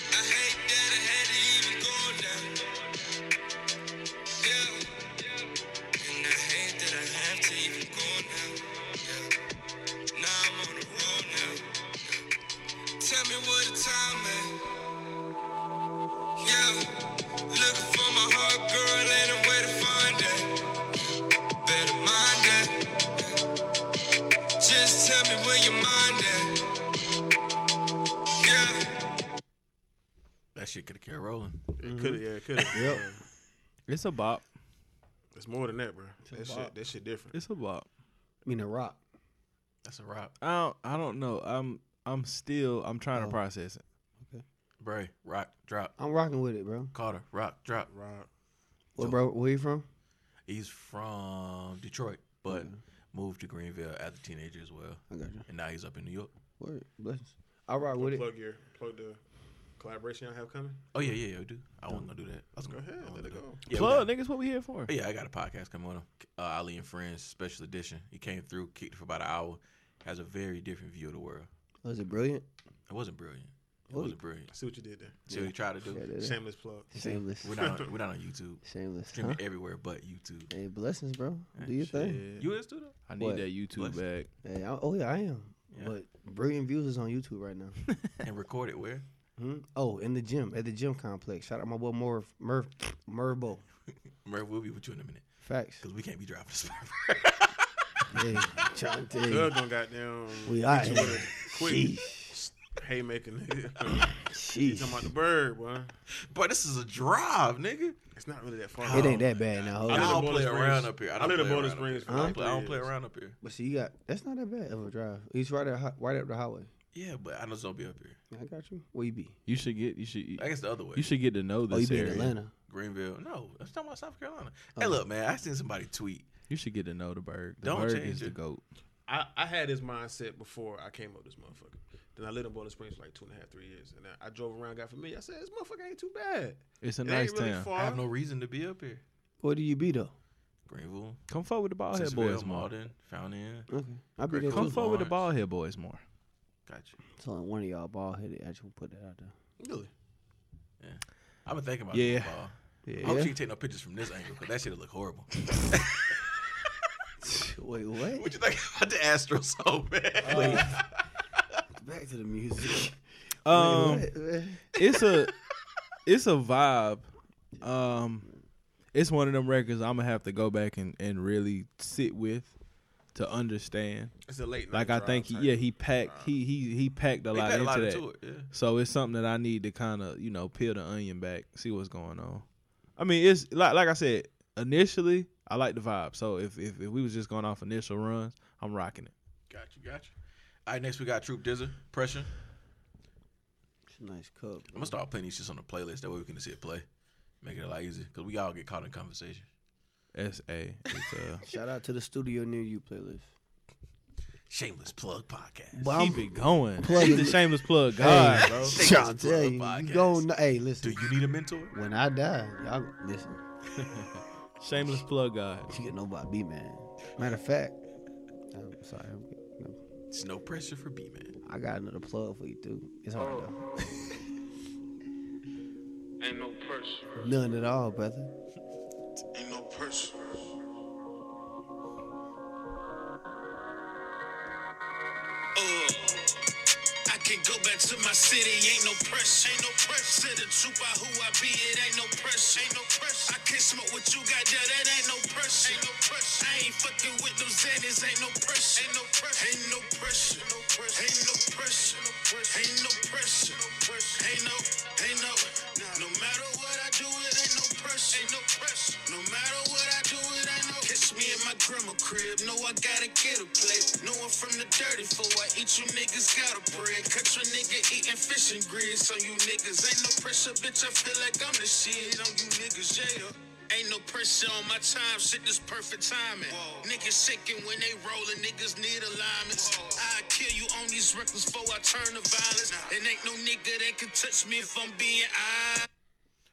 Speaker 5: I hate that I had to even go now. Yeah. And I hate that I have to even go now. Yeah. Now I'm on the road now. Yeah. Tell me what the time at. Yeah. Looking for my heart, girl, ain't a way to find it. Better mind that. Just tell me where your mind at. Yeah.
Speaker 2: That shit could have kept rolling.
Speaker 4: It
Speaker 3: Mm-hmm.
Speaker 4: could have. Yeah, it could have.
Speaker 1: Yep.
Speaker 3: It's a bop.
Speaker 4: It's more than that, bro. That
Speaker 1: a
Speaker 4: shit.
Speaker 1: bop.
Speaker 4: That shit different.
Speaker 3: It's a bop.
Speaker 1: I mean, a rock.
Speaker 2: That's a rock,
Speaker 3: I don't. I don't know. I'm. I'm still. I'm trying to process it.
Speaker 2: Bray. Rock, drop.
Speaker 1: I'm rocking with it, bro.
Speaker 2: Carter, rock, drop.
Speaker 4: Rob.
Speaker 1: What, bro? Where you from?
Speaker 2: He's from Detroit,
Speaker 4: Mm-hmm.
Speaker 2: but moved to Greenville as a teenager as well,
Speaker 1: I got you.
Speaker 2: and now he's up in New York.
Speaker 1: Word. Blessings. I rock with it.
Speaker 4: Plug your. Plug the collaboration y'all have coming.
Speaker 2: Oh yeah, yeah, yeah, dude. I wasn't gonna do that. I was
Speaker 4: Go
Speaker 2: gonna
Speaker 4: ahead.
Speaker 2: I wasn't
Speaker 4: Let it
Speaker 2: gonna
Speaker 4: go.
Speaker 2: do it. Yeah, we
Speaker 3: Plug,
Speaker 2: got- Oh,
Speaker 3: niggas. What we here for?
Speaker 2: yeah, I got a podcast coming on. Uh, Ali and Friends Special Edition. He came through, kicked for about an hour. Has a very different view of the world.
Speaker 1: Was it brilliant?
Speaker 2: It wasn't brilliant. It
Speaker 1: What?
Speaker 2: wasn't brilliant.
Speaker 4: I see what you did there.
Speaker 2: See what he tried to do.
Speaker 1: Yeah, that-
Speaker 4: Shameless plug.
Speaker 1: Shameless.
Speaker 2: We're
Speaker 4: (laughs)
Speaker 2: not. On, we're not on YouTube.
Speaker 1: Shameless. Huh?
Speaker 2: Streaming everywhere but YouTube.
Speaker 1: Hey, blessings, bro. Do your thing.
Speaker 3: Yeah.
Speaker 2: You is too though.
Speaker 3: I need
Speaker 1: What?
Speaker 3: that YouTube
Speaker 2: Bless-
Speaker 3: back.
Speaker 1: Hey, I, oh yeah, I am.
Speaker 2: Yeah.
Speaker 1: But brilliant views is on YouTube right now.
Speaker 2: And record it where?
Speaker 1: hmm? Oh, in the gym at the gym complex. Shout out my boy Merv Merv Mervo.
Speaker 2: Merv, we'll be with you in a minute
Speaker 1: Facts.
Speaker 2: because we can't be driving this (laughs) far.
Speaker 1: hey, trying to tell you,
Speaker 4: Doug done got down.
Speaker 1: we out
Speaker 4: Twitter
Speaker 1: here.
Speaker 3: (laughs)
Speaker 4: quick. Haymaking. nigga. You talking about the bird, boy?
Speaker 2: Boy, this is a drive, nigga.
Speaker 4: It's not really that far.
Speaker 1: It ain't that bad now. Hold
Speaker 2: I
Speaker 4: live
Speaker 1: on.
Speaker 4: in
Speaker 2: don't
Speaker 4: Boulder
Speaker 2: play
Speaker 4: Springs.
Speaker 2: around up here. I,
Speaker 4: I
Speaker 2: don't
Speaker 4: live in
Speaker 2: play
Speaker 4: Boulder
Speaker 2: around up
Speaker 4: Springs
Speaker 2: here.
Speaker 4: for
Speaker 2: I don't
Speaker 4: like
Speaker 2: play, I don't play
Speaker 4: years.
Speaker 2: around up here.
Speaker 1: But see, you got that's not that bad of a drive. He's right at right up the highway.
Speaker 2: Yeah, but I know it's gonna be up here.
Speaker 1: I got you. Where you be?
Speaker 3: You should get you should
Speaker 2: I guess the other way.
Speaker 3: you should get to know
Speaker 1: Oh, you
Speaker 3: this
Speaker 1: be in
Speaker 3: area.
Speaker 1: Atlanta.
Speaker 2: Greenville. No, I'm talking about South Carolina. Hey,
Speaker 3: Oh.
Speaker 2: look, man, I seen somebody tweet.
Speaker 3: You should get to know the bird. The
Speaker 2: Don't
Speaker 3: bird
Speaker 2: change
Speaker 3: is the
Speaker 2: it.
Speaker 3: goat.
Speaker 4: I, I had this mindset before I came up with this motherfucker. Then I lived in Boulder Springs for like two and a half, three years, and I, I drove around, got familiar. I said, "This motherfucker ain't too bad.
Speaker 3: It's a
Speaker 4: It
Speaker 3: nice
Speaker 4: ain't really
Speaker 3: town.
Speaker 4: far."
Speaker 2: I have no reason to be up here.
Speaker 1: Where do you be though?
Speaker 2: Greenville,
Speaker 3: Come forward with the ball head
Speaker 2: Sensville,
Speaker 3: boys more.
Speaker 2: Malden, Fountain.
Speaker 1: Okay, I be
Speaker 2: Great
Speaker 1: there
Speaker 2: Come
Speaker 3: Come
Speaker 1: too.
Speaker 2: for-
Speaker 3: forward with the
Speaker 2: Lawrence.
Speaker 3: ball head boys more.
Speaker 2: Gotcha.
Speaker 1: Telling one of y'all bald headed. I just wanna put that out there.
Speaker 4: Really?
Speaker 2: I've been thinking about
Speaker 3: Yeah.
Speaker 2: that ball. I
Speaker 3: Yeah.
Speaker 2: hope she ain't take no pictures from this angle because that shit
Speaker 3: (laughs)
Speaker 2: look horrible.
Speaker 1: (laughs) Wait, what?
Speaker 2: what you think about the Astros (laughs) oh, so bad?
Speaker 1: Back to the music. (laughs)
Speaker 3: Um,
Speaker 1: Wait, what?
Speaker 3: it's a it's a vibe. Um, it's one of them records I'm gonna have to go back and and really sit with to understand.
Speaker 4: It's a late.
Speaker 3: Like
Speaker 4: night
Speaker 3: I
Speaker 4: drive
Speaker 3: think, he,
Speaker 4: type.
Speaker 3: yeah, he packed he he he packed a
Speaker 2: They
Speaker 3: lot
Speaker 2: packed
Speaker 3: into
Speaker 2: a lot
Speaker 3: that.
Speaker 2: into it. Yeah.
Speaker 3: So it's something that I need to kind of you know peel the onion back, see what's going on. I mean, it's like like I said initially, I like the vibe. So if if, if we was just going off initial runs, I'm rocking it.
Speaker 2: Got you, got you. All right, next we got Troop Dizzer, Pressure.
Speaker 1: It's a nice cup.
Speaker 2: I'm gonna start playing these shits on the playlist. That way we can just hit play, make it a lot easier because we all get caught in conversation.
Speaker 3: S A. It's (laughs) uh,
Speaker 1: Shout out to the studio near you playlist.
Speaker 2: Shameless plug podcast.
Speaker 1: But
Speaker 3: keep it going.
Speaker 1: plugging
Speaker 3: Keep the
Speaker 1: it.
Speaker 3: shameless plug, God,
Speaker 1: (laughs)
Speaker 3: bro.
Speaker 1: Trying to tell you,
Speaker 2: Podcast.
Speaker 1: you gon' hey,
Speaker 2: Do
Speaker 1: listen.
Speaker 2: you need a mentor?
Speaker 1: When I die, y'all listen.
Speaker 3: Shameless plug, God.
Speaker 1: You get nobody beat, man. Matter of fact, I'm sorry. I'm no,
Speaker 2: It's no pressure for B man.
Speaker 1: I got another plug for you too. It's hard though.
Speaker 7: Oh. Ain't no pressure.
Speaker 1: None at all, brother.
Speaker 7: Ain't no pressure.
Speaker 5: Oh.
Speaker 7: Uh, I can go back to my city. Ain't no pressure. Ain't no pressure. To the truth by who I be, it ain't no pressure. Ain't no pressure. I can smoke what you got there. That ain't no pressure. Ain't no pressure. I ain't fucking with them Xannies. Ain't no pressure. Ain't no pressure. Ain't no pressure. Ain't no pressure. Ain't no pressure. Ain't no. Ain't no. No matter what I do, it ain't no pressure. Ain't no pressure. No matter what I do, it ain't no. Catch me in my grandma crib. No, I gotta get a plate. No one from the dirty for I eat you niggas got a bread. Cut your nigga eating fish and greens. So you niggas ain't no pressure, bitch. I feel like I'm the shit on you niggas, yeah. Ain't no pressure on my time, shit this perfect timing. Niggas shaking when they rollin', niggas need alignments. I kill you on these records before I turn to violence. And ain't no nigga that can touch me if I'm being honest.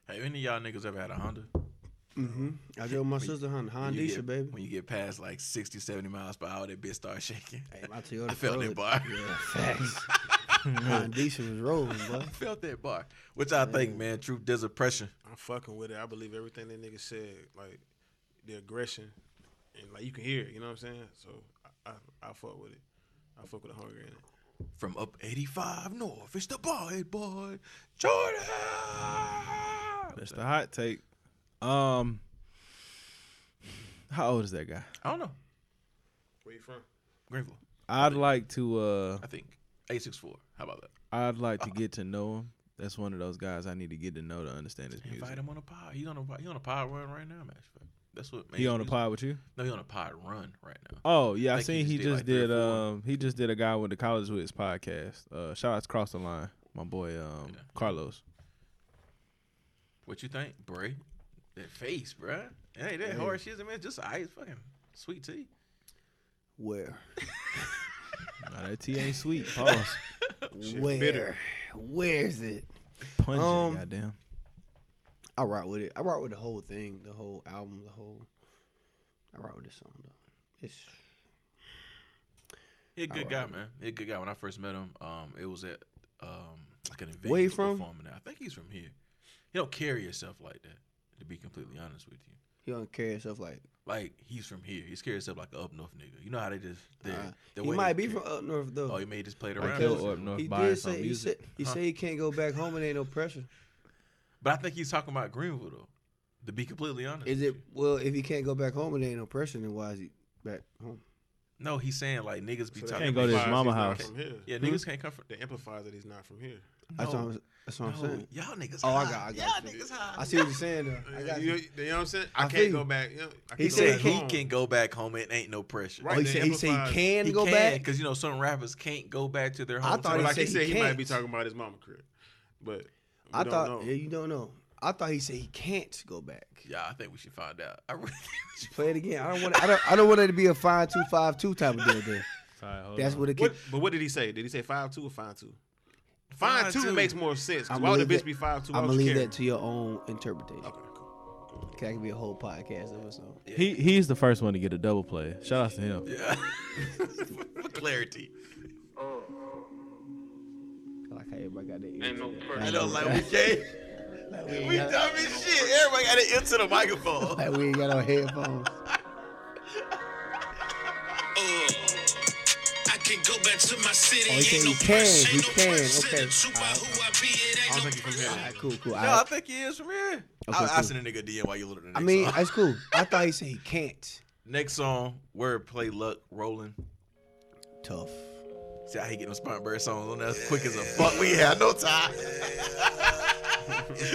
Speaker 2: Have any of y'all niggas ever had a Honda?
Speaker 1: I gave my sister Honda,
Speaker 2: When you
Speaker 1: Hondisha,
Speaker 2: get-
Speaker 1: baby.
Speaker 2: When you get past like 60, 70 miles per hour, that bitch starts shaking. (laughs)
Speaker 1: Hey, my Toyota
Speaker 2: I felt that
Speaker 1: plug.
Speaker 2: bar.
Speaker 1: Yeah, facts. Hondisha was rolling, boy.
Speaker 2: (laughs) I felt that bar. Which I think, man, Troop Dizzer, Pressure.
Speaker 4: I'm fucking with it. I believe everything that nigga said, like the aggression, and like you can hear it. You know what I'm saying? So I, I, I fuck with it. I fuck with the hunger in it.
Speaker 2: From up 85 North, it's the boy, boy, Jordan.
Speaker 3: That's the hot take. Um, how old is that guy?
Speaker 2: I don't know.
Speaker 4: Where you from?
Speaker 2: Greenville,
Speaker 3: I'd like to. Uh,
Speaker 2: I think. 864. How about that?
Speaker 3: I'd like to get to know him. That's one of those guys I need to get to know to understand his
Speaker 2: Invite
Speaker 3: music.
Speaker 2: him on a pod. He's on a he on a pod run right now, man. That's what
Speaker 3: He
Speaker 2: makes
Speaker 3: on the
Speaker 2: music.
Speaker 3: pod with you?
Speaker 2: No, he on a pod run right now.
Speaker 3: Oh yeah, I
Speaker 2: Think he
Speaker 3: seen he
Speaker 2: just did,
Speaker 3: just
Speaker 2: like, three or
Speaker 3: did.
Speaker 2: four.
Speaker 3: um, he just did a guy with the college with his podcast. Uh, shout outs cross the line, my boy. Um,
Speaker 2: Yeah.
Speaker 3: Carlos.
Speaker 2: What you think, Bray? That face, bruh. Hey, that hard shit, man. Just ice, fucking sweet tea.
Speaker 1: Where?
Speaker 3: Nah, that tea ain't sweet.
Speaker 2: (laughs)
Speaker 3: Pause.
Speaker 1: Where? Where's it?
Speaker 3: Punch
Speaker 1: Um,
Speaker 3: it, goddamn.
Speaker 1: I rock with it. I rock with the whole thing, the whole album, the whole. I rock with this song though. It's
Speaker 2: He a good
Speaker 1: Alright.
Speaker 2: guy, man. He a good guy. When I first met him, um, it was at um like an event.
Speaker 1: Where
Speaker 2: he
Speaker 1: he
Speaker 2: was
Speaker 1: from?
Speaker 2: performing at. I think he's from here. He don't carry himself like that. To be completely honest with you,
Speaker 1: he don't carry himself like
Speaker 2: like he's from here. He's carry himself like an up north nigga. You know how they just they
Speaker 1: uh,
Speaker 2: the
Speaker 1: he
Speaker 2: way
Speaker 1: might
Speaker 2: they
Speaker 1: be
Speaker 2: carry-
Speaker 1: from up north though.
Speaker 2: Oh, he may just play it
Speaker 3: Like
Speaker 2: around.
Speaker 3: he'll up north
Speaker 1: he
Speaker 3: buy
Speaker 1: did
Speaker 3: some
Speaker 1: say he said
Speaker 3: music.
Speaker 1: he said he can't go back home and ain't no pressure.
Speaker 2: but I think he's talking about Greenville though. To be completely honest,
Speaker 1: Is
Speaker 2: with
Speaker 1: it well if he can't go back home and ain't no pressure, then why is he back home?
Speaker 2: No, he's saying like niggas be
Speaker 4: So the
Speaker 2: talking.
Speaker 3: Can't go to his
Speaker 4: amplifiers,
Speaker 3: mama
Speaker 4: he's not
Speaker 3: house.
Speaker 4: From here.
Speaker 2: Yeah, niggas can't come from.
Speaker 4: The amplifiers that he's not from here.
Speaker 1: That's what I'm,
Speaker 2: No,
Speaker 1: that's what I'm
Speaker 2: no,
Speaker 1: saying.
Speaker 2: y'all niggas.
Speaker 1: Oh, I
Speaker 2: high.
Speaker 1: got- I got
Speaker 2: Y'all
Speaker 1: you.
Speaker 2: niggas high.
Speaker 1: I see what you're saying though. I got
Speaker 4: you,
Speaker 1: you.
Speaker 4: you know what I'm saying? I,
Speaker 1: I feel
Speaker 4: can't go
Speaker 1: you.
Speaker 4: back. You know, I
Speaker 1: He
Speaker 4: can't
Speaker 1: said
Speaker 4: go back
Speaker 2: he
Speaker 4: home.
Speaker 2: can go back home. It ain't no pressure.
Speaker 1: Oh,
Speaker 4: Right.
Speaker 1: he
Speaker 4: they
Speaker 1: said he said
Speaker 4: amplified-
Speaker 1: he can
Speaker 2: He
Speaker 1: go
Speaker 2: can,
Speaker 1: back.
Speaker 2: because you know certain rappers can't go back to their
Speaker 1: I
Speaker 2: hometown.
Speaker 1: thought he
Speaker 4: But like
Speaker 1: said
Speaker 4: he said, he, might
Speaker 1: can't.
Speaker 4: be talking about his mama crib, but we
Speaker 1: I
Speaker 4: don't
Speaker 1: thought
Speaker 4: know.
Speaker 1: yeah, you don't know. I thought he said he can't go back.
Speaker 2: yeah, I think we should find out. I really think we should
Speaker 1: Play it again. I don't want. I don't. I don't want it to be a five two five two type of deal. There.
Speaker 3: All right, hold
Speaker 1: That's
Speaker 3: on.
Speaker 1: what it.
Speaker 4: What,
Speaker 1: Can,
Speaker 4: but what did he say? Did he say five two or five two? Five two
Speaker 2: 5'2".
Speaker 4: makes more sense. 'cause
Speaker 1: I'ma
Speaker 4: Why would a
Speaker 1: leave
Speaker 4: bitch
Speaker 1: that-
Speaker 4: be five two?
Speaker 1: I'm gonna leave that to your own interpretation.
Speaker 4: Okay, cool.
Speaker 1: Cause that could be a whole podcast of us. so.
Speaker 3: He he's the first one to get a double play. Shout out to him.
Speaker 2: for, (laughs) for clarity.
Speaker 1: I like how everybody got their ears.
Speaker 4: Ain't no (laughs)
Speaker 1: together.
Speaker 4: purpose.
Speaker 2: I know, like we gave.
Speaker 1: (laughs)
Speaker 2: We dumb as shit. Everybody got it into the microphone.
Speaker 1: (laughs) Like we ain't got
Speaker 4: (laughs)
Speaker 1: no headphones.
Speaker 7: Uh, I can go back to my city.
Speaker 1: Oh, he
Speaker 7: ain't
Speaker 1: said
Speaker 7: no
Speaker 1: he can,
Speaker 7: press,
Speaker 1: he
Speaker 7: ain't no
Speaker 1: can,
Speaker 7: press.
Speaker 1: okay.
Speaker 7: Said the truth about who I be, it ain't
Speaker 2: I
Speaker 7: no
Speaker 2: don't think he from here.
Speaker 1: All right, cool, cool.
Speaker 2: No, I
Speaker 1: I,
Speaker 2: think he is from here.
Speaker 1: Okay,
Speaker 2: I'll
Speaker 1: cool.
Speaker 2: send a nigga DM while you look at the next
Speaker 1: I mean,
Speaker 2: song.
Speaker 4: (laughs)
Speaker 1: that's cool. I thought he said he can't.
Speaker 2: next song, wordplay, luck, rolling.
Speaker 1: Tough.
Speaker 2: See how he getting spot bird songs on that quick as a fuck. We had no time.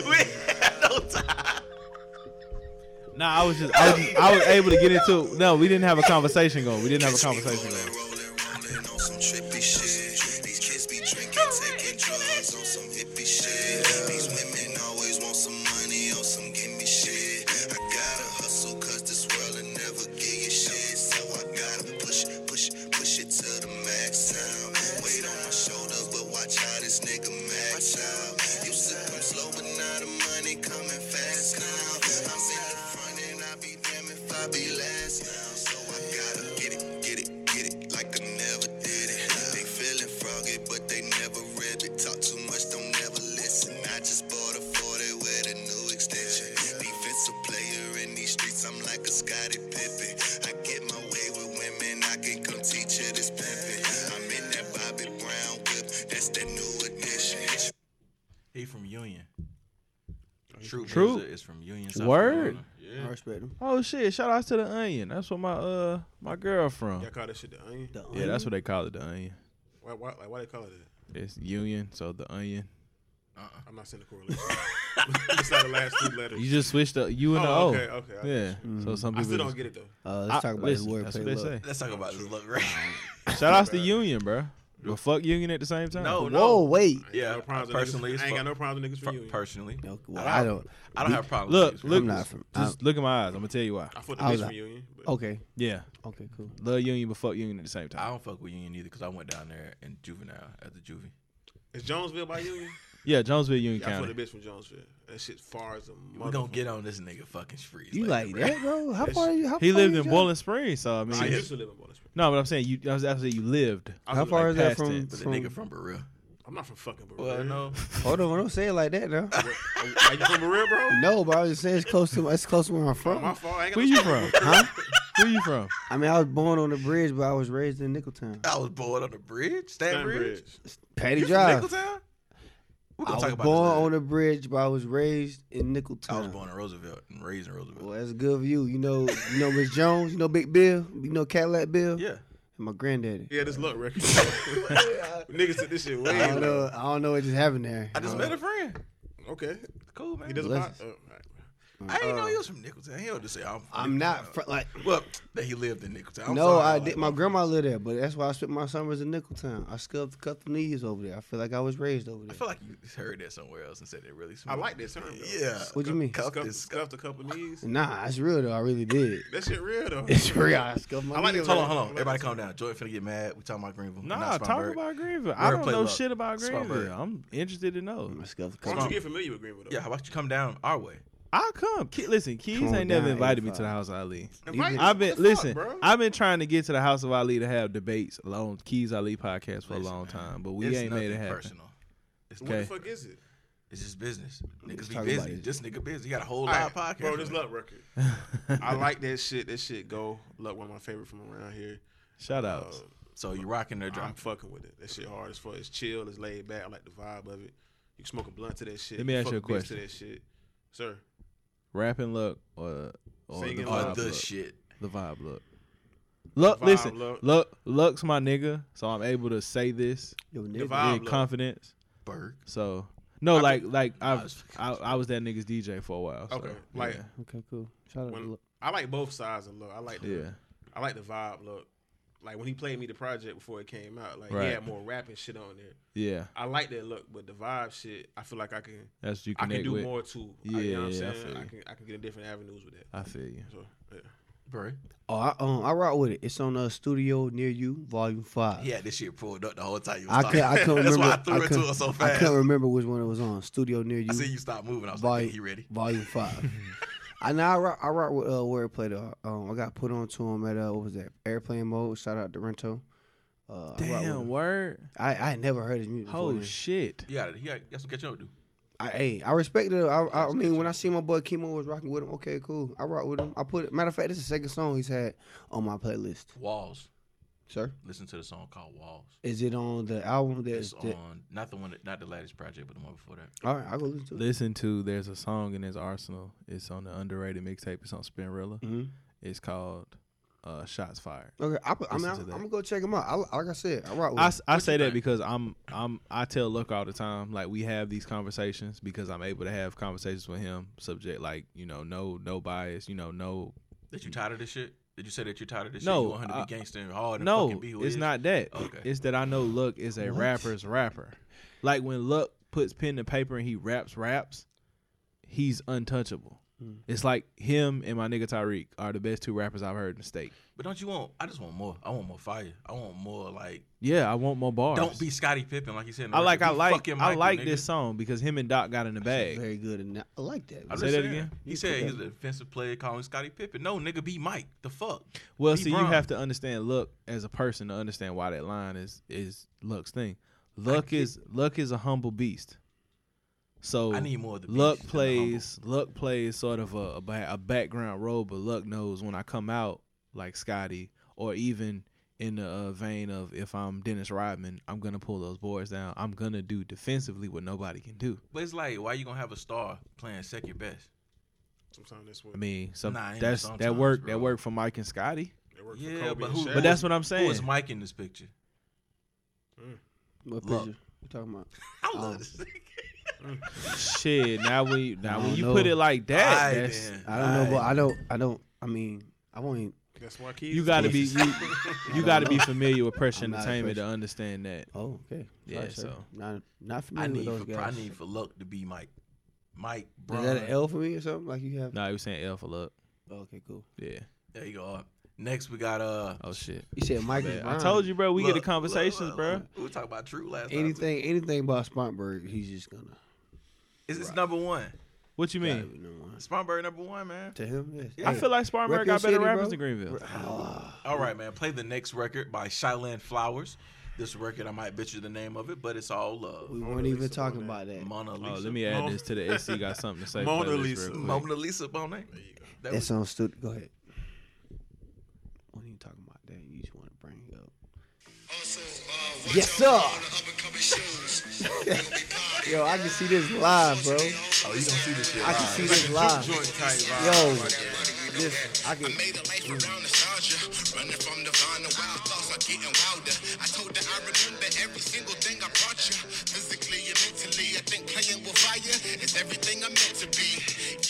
Speaker 2: we had no time.
Speaker 3: Nah, I was just I was, I was able to get into. No, we didn't have a conversation going. We didn't have a conversation going.
Speaker 8: Rolling, rolling on some trippy shit. These kids be drinking, taking drugs on some hippie shit. These women always want some money on some gimme shit. I gotta hustle, cause this world will never give you shit. So I gotta push, push, push it to the max out. Weight on my shoulders, but watch how this nigga max out. You sip 'em slow, but now the money coming fast now. I'm in the front and I be damn if I be last now. So I gotta get it, get it, get it like I never did it. They feeling froggy, but they never read it. Talk too much, don't never listen. I just bought a 40 with a new extension. Defensive player in these streets, I'm like a Scotty Pippen. I get my way with women, I can come teach you this pimping. I'm in that Bobby Brown whip, that's that new edition.
Speaker 2: He from Union.
Speaker 3: True.
Speaker 2: True. True. Is Oh, from Union. South
Speaker 3: Word.
Speaker 2: Carolina.
Speaker 1: I respect him.
Speaker 3: Oh shit! Shout out to the Onion. That's where my uh my girl from.
Speaker 4: Y'all call that shit the onion?
Speaker 1: The
Speaker 3: Yeah, that's what they call it, the Onion.
Speaker 4: Why, why, like, why they call it that?
Speaker 3: It's Union, so the Onion.
Speaker 4: I'm not seeing the
Speaker 1: (laughs)
Speaker 4: correlation. (laughs) it's not the last two letters.
Speaker 3: You just switched the U and the O.
Speaker 4: oh, okay, okay. I-
Speaker 3: Yeah. So some
Speaker 4: I still
Speaker 3: people just-
Speaker 4: don't get it though.
Speaker 1: Uh, Mm-hmm. let's
Speaker 3: I-
Speaker 1: talk about
Speaker 3: listen,
Speaker 1: his wordplay.
Speaker 3: That's what they
Speaker 1: look.
Speaker 3: say.
Speaker 2: Let's talk about his luck, right? Um, (laughs)
Speaker 3: Shout outs to Union, bro. But fuck Union at the same time.
Speaker 4: Oh,
Speaker 2: No, no.
Speaker 1: Whoa, wait.
Speaker 4: I ain't
Speaker 2: Yeah,
Speaker 4: got no problems with
Speaker 2: personally,
Speaker 4: niggas-
Speaker 2: it's
Speaker 4: I ain't got
Speaker 2: fuck-
Speaker 4: no problems with niggas
Speaker 2: Per-
Speaker 4: from you.
Speaker 2: personally,
Speaker 1: No, well,
Speaker 2: I
Speaker 1: I don't.
Speaker 2: I don't have problems.
Speaker 3: Look, look,
Speaker 1: I'm not from.
Speaker 3: just look at my eyes. I'm gonna tell you why.
Speaker 4: I fucked the
Speaker 1: I was
Speaker 4: bitch
Speaker 1: like-
Speaker 4: from Union. But
Speaker 1: Okay.
Speaker 3: Yeah,
Speaker 1: Okay. Cool.
Speaker 3: love Union, but fuck Union at the same
Speaker 2: I
Speaker 3: time.
Speaker 2: don't fuck with Union either because I went down there in juvenile at the juvie.
Speaker 4: Is Jonesville by Union?
Speaker 3: Yeah, Jonesville, Union
Speaker 4: Yeah, I fucked
Speaker 3: County.
Speaker 4: the bitch from Jonesville. That shit far as a motherfucker.
Speaker 2: We gonna get on this nigga fucking streets.
Speaker 1: You
Speaker 2: later,
Speaker 1: like
Speaker 2: bro.
Speaker 1: that, bro? How far? You, how
Speaker 3: He
Speaker 1: far
Speaker 3: lived
Speaker 1: you
Speaker 3: in
Speaker 1: drive?
Speaker 3: Bowling Springs, so I mean,
Speaker 4: I used to live in Bowling Springs.
Speaker 3: no, but I'm saying you. I was actually you lived.
Speaker 4: I
Speaker 1: How
Speaker 4: was
Speaker 1: far
Speaker 4: like,
Speaker 1: is that
Speaker 3: past
Speaker 1: from?
Speaker 3: it,
Speaker 2: But the
Speaker 1: from-
Speaker 2: nigga from Berea.
Speaker 4: I'm not from fucking Berea.
Speaker 2: Well, no.
Speaker 1: Hold on, don't say it like
Speaker 4: (laughs)
Speaker 1: that, now.
Speaker 4: Are you from Berea, bro?
Speaker 1: No, bro. I was just saying it's close to. It's close to where I'm
Speaker 4: My
Speaker 1: from.
Speaker 4: fault. I ain't
Speaker 3: Where
Speaker 4: got no
Speaker 3: you
Speaker 4: story.
Speaker 3: from?
Speaker 1: Huh?
Speaker 3: Where you from?
Speaker 1: I mean, I was born on the bridge, but I was raised in Nickeltown.
Speaker 2: (laughs) I was born on the bridge, Staten Bridge.
Speaker 4: Stanbridge.
Speaker 1: Patty
Speaker 2: You from
Speaker 1: Drive.
Speaker 2: Nickeltown? We're
Speaker 1: I
Speaker 2: gonna
Speaker 1: was
Speaker 2: talk about
Speaker 1: born on
Speaker 2: this.
Speaker 1: the bridge, but I was raised in Nickeltown.
Speaker 2: later. I was born in Roosevelt and raised in Roosevelt.
Speaker 1: Well, that's a good view. You know, you know Miss Jones. You know Big Bill. You know Cadillac Bill.
Speaker 2: Yeah.
Speaker 1: And my granddaddy.
Speaker 4: Yeah, this luck record. (laughs) Niggas took this shit way.
Speaker 1: I don't
Speaker 4: low.
Speaker 1: know. I don't know what just happened there. Uh,
Speaker 2: I just met a friend.
Speaker 4: Okay.
Speaker 2: Cool man.
Speaker 4: He doesn't
Speaker 1: Bless
Speaker 4: pop- oh, all right.
Speaker 2: I didn't know he was from Nickeltown. He don't just say I'm. From
Speaker 1: uh, I'm not
Speaker 2: Nickeltown.
Speaker 1: fr- like.
Speaker 2: Well, that he lived in Nickeltown. I'm
Speaker 1: no,
Speaker 2: sorry,
Speaker 1: I
Speaker 2: like,
Speaker 1: did. My grandma lived there, but that's why I spent my summers in Nickeltown. I scuffed, cut the knees over there. I feel like I was raised over
Speaker 2: I
Speaker 1: there.
Speaker 2: feel like you heard that somewhere else and said it really.
Speaker 4: I
Speaker 2: Smooth.
Speaker 4: like that term. Though.
Speaker 2: Yeah.
Speaker 1: What you mean?
Speaker 2: Cuffed
Speaker 4: Scuffed,
Speaker 2: is-
Speaker 4: scuffed a couple knees.
Speaker 1: Nah, it's real though. I really did. (laughs)
Speaker 4: That shit real though.
Speaker 1: It's real. I scuffed my
Speaker 4: I like
Speaker 1: knee
Speaker 4: the
Speaker 1: over
Speaker 2: Hold
Speaker 1: there.
Speaker 2: on, hold on. Everybody calm down. Joy finna get mad. We talking about Greenville.
Speaker 3: Nah,
Speaker 2: Not
Speaker 3: talk
Speaker 2: Spartanburg.
Speaker 3: about Greenville. I don't
Speaker 2: Wordplay
Speaker 3: know
Speaker 2: luck.
Speaker 3: shit about
Speaker 2: Spartanburg.
Speaker 3: Greenville. I'm interested to know.
Speaker 1: I
Speaker 4: Why
Speaker 1: scuffed. cut
Speaker 4: don't
Speaker 1: my-
Speaker 4: you get familiar with Greenville though?
Speaker 2: Yeah, how about you come down our way?
Speaker 3: I'll come. Ke- listen, Keys
Speaker 1: Come on
Speaker 3: ain't never
Speaker 1: down,
Speaker 3: invited me
Speaker 1: 85.
Speaker 3: to the house of Ali.
Speaker 4: Invite
Speaker 1: You-
Speaker 4: us.
Speaker 3: I've been
Speaker 4: What the
Speaker 3: listen.
Speaker 4: fuck, bro?
Speaker 3: I've been trying to get to the house of Ali to have debates along Keys Ali podcast for a
Speaker 2: Listen,
Speaker 3: long
Speaker 2: man,
Speaker 3: time, but we
Speaker 2: it's
Speaker 3: ain't made it
Speaker 2: nothing
Speaker 3: happen.
Speaker 2: Personal. It's,
Speaker 4: What
Speaker 3: Okay.
Speaker 4: the fuck is it?
Speaker 2: it's just business. Niggas
Speaker 1: talk
Speaker 2: be
Speaker 1: about
Speaker 2: busy.
Speaker 1: it.
Speaker 2: This nigga busy. He got a whole
Speaker 4: All
Speaker 2: live
Speaker 4: right,
Speaker 2: podcast.
Speaker 4: bro, this luck
Speaker 3: (laughs)
Speaker 4: record. I like that shit. That shit go. Luck one of my favorite from around here.
Speaker 3: Shout
Speaker 4: Uh,
Speaker 3: outs.
Speaker 2: So you rocking their
Speaker 4: I'm
Speaker 2: drop.
Speaker 4: fucking with it. That shit hard as fuck. It's chill. It's laid back. I like the vibe of it. You can smoke a blunt to that shit.
Speaker 3: Let me ask
Speaker 4: fuck
Speaker 3: you a
Speaker 4: bitch
Speaker 3: question.
Speaker 4: To that shit, sir.
Speaker 3: Rapping luck or or the
Speaker 4: Singing
Speaker 3: vibe
Speaker 2: Or
Speaker 4: Luck.
Speaker 3: look.
Speaker 2: the shit.
Speaker 3: The vibe look. Luck,
Speaker 4: Vibe,
Speaker 3: listen,
Speaker 4: Luck.
Speaker 3: Luck, Luck's my nigga, so I'm able to say this
Speaker 1: Yo,
Speaker 4: The
Speaker 1: nigga.
Speaker 4: vibe,
Speaker 3: in
Speaker 4: look.
Speaker 3: confidence.
Speaker 2: Berg.
Speaker 3: So no,
Speaker 4: I
Speaker 3: like like I've, I I was that nigga's DJ for a while. So,
Speaker 4: Okay, like-
Speaker 3: yeah.
Speaker 1: Okay, cool. Shout out to
Speaker 4: When,
Speaker 1: Luck.
Speaker 4: I like both sides of look. I like the,
Speaker 3: yeah.
Speaker 4: I like the vibe look. Like when he played me the project before it came out, like
Speaker 3: Right.
Speaker 4: he had more rap and shit on there.
Speaker 3: Yeah,
Speaker 4: I like that look, but the vibe shit, I feel like I can
Speaker 3: that's what you
Speaker 4: I
Speaker 3: connect
Speaker 4: can do
Speaker 3: with.
Speaker 4: more too.
Speaker 3: Yeah,
Speaker 4: you know what I'm
Speaker 3: yeah, I
Speaker 4: saying?
Speaker 3: feel
Speaker 4: I,
Speaker 3: you.
Speaker 4: can I can get in different avenues with that.
Speaker 3: I feel you.
Speaker 4: So yeah.
Speaker 2: Berg.
Speaker 1: Oh, I, um, I rock with it. It's on a uh, studio near you, volume five.
Speaker 2: He had this shit pulled up the whole time you was
Speaker 1: I
Speaker 2: talking.
Speaker 1: could,
Speaker 2: (laughs)
Speaker 1: I couldn't
Speaker 2: That's
Speaker 1: remember.
Speaker 2: why I threw it
Speaker 1: could,
Speaker 2: to her so
Speaker 1: I
Speaker 2: fast.
Speaker 1: couldn't remember which one it was on. Studio near you.
Speaker 2: I see you stop moving. I was like,
Speaker 1: volume,
Speaker 2: yeah, he ready?
Speaker 1: volume
Speaker 2: (laughs)
Speaker 1: five. I know I rock, I rock with uh, wordplay though. Um, I got put on to him at uh, what was that? Airplane mode. Shout out to Rento. Uh, I rock with
Speaker 3: Damn
Speaker 1: him.
Speaker 3: word.
Speaker 1: I, I had never heard his music. before
Speaker 3: Oh
Speaker 1: then.
Speaker 3: shit.
Speaker 2: You got, he got, got some catching up to do.
Speaker 1: I, hey, I respect it. I, I, I mean, when I see my boy Kimo was rocking with him, okay, cool. I rock with him. I put it. Matter of fact, this is the second song he's had on my playlist.
Speaker 2: Walls.
Speaker 1: Sir,
Speaker 2: Listen to the song called Walls.
Speaker 1: is it on the album that?
Speaker 2: It's
Speaker 1: that-
Speaker 2: on not the one, that, not the latest project, but the one before that.
Speaker 1: all right, I go listen to it.
Speaker 3: Listen to there's a song in his arsenal. It's on the underrated mixtape. It's on Spinrilla.
Speaker 4: Mm-hmm.
Speaker 1: hmm
Speaker 3: It's called uh, Shots Fired.
Speaker 1: Okay, I, put- I mean,
Speaker 3: Listen
Speaker 1: I,
Speaker 3: to
Speaker 1: am
Speaker 3: that.
Speaker 1: gonna go check him out. I, like I said, I rock with. him.
Speaker 3: I, s- I say that
Speaker 2: think?
Speaker 3: because I'm I'm I tell Luck all the time like we have these conversations because I'm able to have conversations with him subject like you know no no bias you know no
Speaker 2: That you tired of this shit? Did you say that you tired of this
Speaker 3: Mm. No,
Speaker 2: shit? You want him to
Speaker 3: I-
Speaker 2: be gangster and hard and
Speaker 3: no
Speaker 2: fucking be who
Speaker 3: it's
Speaker 2: is?
Speaker 3: not that
Speaker 2: Okay.
Speaker 3: it's that I know Luck is a rapper's rapper like when Luck puts pen to paper and he raps raps he's untouchable it's like him and my nigga Tyreek are the best two rappers I've heard in the state
Speaker 2: But don't you want? I just want more. I want more fire. I want more like.
Speaker 3: yeah I want more bars
Speaker 2: Don't be Scottie Pippen like you said. in the
Speaker 3: I like I
Speaker 2: record. Be
Speaker 3: like
Speaker 2: fucking
Speaker 3: I
Speaker 2: Michael,
Speaker 3: like
Speaker 2: nigga.
Speaker 3: this song because him and Doc got in the bag
Speaker 1: very good, and that- I like that.
Speaker 2: I'm
Speaker 3: Say
Speaker 2: just
Speaker 3: that
Speaker 2: saying.
Speaker 3: again?
Speaker 2: He said he's a defensive player calling Scottie Pippen. No, nigga, be Mike. The fuck.
Speaker 3: Well,
Speaker 2: Be
Speaker 3: see, you
Speaker 2: Bron.
Speaker 3: have to understand Luck as a person to understand why that line is is Luck's thing. Luck is Luck is a humble beast. So
Speaker 2: I need more of the
Speaker 3: Luck
Speaker 2: beast than the humble.
Speaker 3: plays Luck plays sort of a, a ba- a background role, but Luck knows when I come out like Scotty, or even in the uh, vein of if I'm Dennis Rodman, I'm gonna pull those boards down. I'm gonna do defensively what nobody can do.
Speaker 2: But it's like, why you gonna have a star playing second best?
Speaker 4: Sometimes that's what
Speaker 3: I mean, some
Speaker 2: Nah, ain't
Speaker 3: that's that
Speaker 2: sometimes,
Speaker 3: work
Speaker 2: bro.
Speaker 3: that work for Mike and Scotty,
Speaker 4: it worked
Speaker 2: Yeah,
Speaker 4: for Kobe
Speaker 2: but
Speaker 4: and
Speaker 2: who-
Speaker 4: Shaq.
Speaker 3: but that's what I'm
Speaker 2: Who is
Speaker 3: saying.
Speaker 2: Mike in this picture?
Speaker 1: What
Speaker 2: Look.
Speaker 1: picture you talking about?
Speaker 2: I
Speaker 3: Oh,
Speaker 2: love this nigga.
Speaker 3: Shit, now when you, now when
Speaker 1: don't
Speaker 3: you
Speaker 1: know.
Speaker 3: put it like that,
Speaker 2: Aight,
Speaker 3: that's-
Speaker 2: then.
Speaker 1: I don't know, but
Speaker 2: Aight.
Speaker 1: I don't. I don't. I mean, I won't.
Speaker 4: that's why kids
Speaker 3: You gotta be you, you gotta
Speaker 1: (laughs)
Speaker 3: be
Speaker 1: know.
Speaker 3: familiar with pressure
Speaker 1: I'm not a
Speaker 3: entertainment to
Speaker 1: pressure-
Speaker 3: understand that.
Speaker 1: Oh, okay. sir.
Speaker 3: Yeah, so.
Speaker 1: not not
Speaker 2: I
Speaker 1: familiar
Speaker 2: need,
Speaker 1: with
Speaker 2: for,
Speaker 1: those
Speaker 2: I
Speaker 1: guys.
Speaker 2: need for Luck to be Mike. Mike, bro.
Speaker 1: Is that an L for me or something? Like you have? oh,
Speaker 3: No, he was saying L for luck.
Speaker 1: okay, cool.
Speaker 3: Yeah.
Speaker 2: There you go. Next, we got uh.
Speaker 3: Oh shit.
Speaker 1: You said Michael.
Speaker 3: Man, I told you, bro. We get the
Speaker 2: Look,
Speaker 3: conversations,
Speaker 2: look,
Speaker 3: bro.
Speaker 2: look, We were talking about True last time.
Speaker 1: anything, anything about Spontberg, he's just gonna.
Speaker 2: Is this number one?
Speaker 3: What you mean?
Speaker 1: gotta be number one.
Speaker 2: Spartanburg number one, man.
Speaker 1: To him, yes.
Speaker 3: I feel like
Speaker 1: Rep
Speaker 3: Spartanburg got
Speaker 1: your
Speaker 3: better
Speaker 1: city,
Speaker 3: rappers
Speaker 1: bro.
Speaker 3: than Greenville.
Speaker 2: All right, man. Play the next record by Shylan Flowers. This record, I might bitch you the name of it, but it's all love.
Speaker 1: we weren't even talking about that.
Speaker 2: Mona
Speaker 3: Oh,
Speaker 2: Lisa.
Speaker 3: let me add this to the SC. Got something to say.
Speaker 4: Mona
Speaker 3: playlist
Speaker 4: Lisa.
Speaker 3: real quick.
Speaker 2: Mona Lisa Bonet. That
Speaker 1: That
Speaker 2: was,
Speaker 1: sounds stupid. Go ahead. When you talking about that, you just want to bring it up. Yes,
Speaker 5: Yes,
Speaker 1: sir.
Speaker 5: sir.
Speaker 1: Yo, I can see this live, bro.
Speaker 2: oh, you gonna see this shit.
Speaker 1: I can
Speaker 2: live.
Speaker 1: see this live. Yo, this I can.
Speaker 5: I made a life
Speaker 2: Mm.
Speaker 5: around nostalgia. Running from the vine, the wild thoughts are getting wilder. I told her I remember every single thing I brought you. Physically and mentally, I think playing with fire is everything I'm meant to be.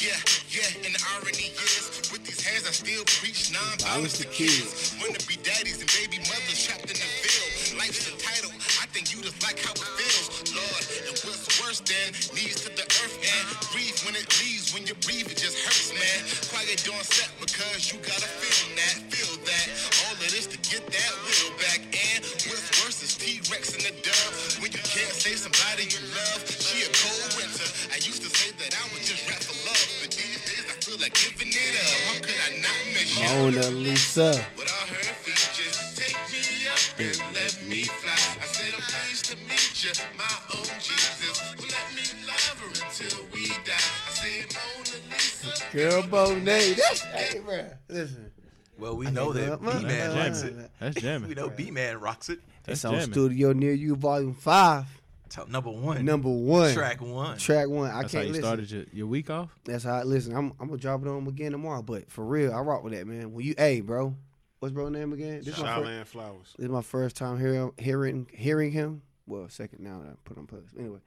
Speaker 5: Yeah, yeah, and the irony is, with these hands, I still preach non-violence to kids. Wanna be daddies and baby mothers trapped in the field. Life's entitled, I think you just like how it feels. Lord, and what's worse than knees to the earth and breathe when it leaves. When you breathe, it just hurts, man. Quiet during set because you gotta feel that, feel that. All of this to get that will back. And what's worse is T-Rex and the dove. When you can't say somebody you love, she a cold winter. I used to say that I would just rap for love, but these days I feel like giving it up. How could I not miss you?
Speaker 1: Mona Lisa.
Speaker 5: With all her features, take me up and let me fly. I said I'm pleased to meet you, my own Jesus. Well, let me love her until we die. I said Mona Lisa.
Speaker 1: Girl Bonet. That's hey, bro. Listen.
Speaker 2: Well, we know that
Speaker 1: Mona
Speaker 2: B Man
Speaker 1: Lisa.
Speaker 2: likes it.
Speaker 3: That's
Speaker 2: We
Speaker 3: jamming.
Speaker 2: know B Man rocks it.
Speaker 3: That's
Speaker 1: It's on
Speaker 3: jamming.
Speaker 1: Studio Near You, Volume 5,
Speaker 2: Top number one.
Speaker 1: Number 1.
Speaker 2: Track one.
Speaker 1: Track 1. I
Speaker 3: That's how
Speaker 1: can't
Speaker 3: you
Speaker 1: listen.
Speaker 3: started your, your week off.
Speaker 1: That's how I listen. I'm, I'm going to drop it on 'em again tomorrow, but for real, I rock with that, man. When you, hey, bro, what's bro name again? This is my first,
Speaker 4: Shyland Flowers.
Speaker 1: this is my first time hearing hearing hearing him. Well, second now that I put on post. Anyway,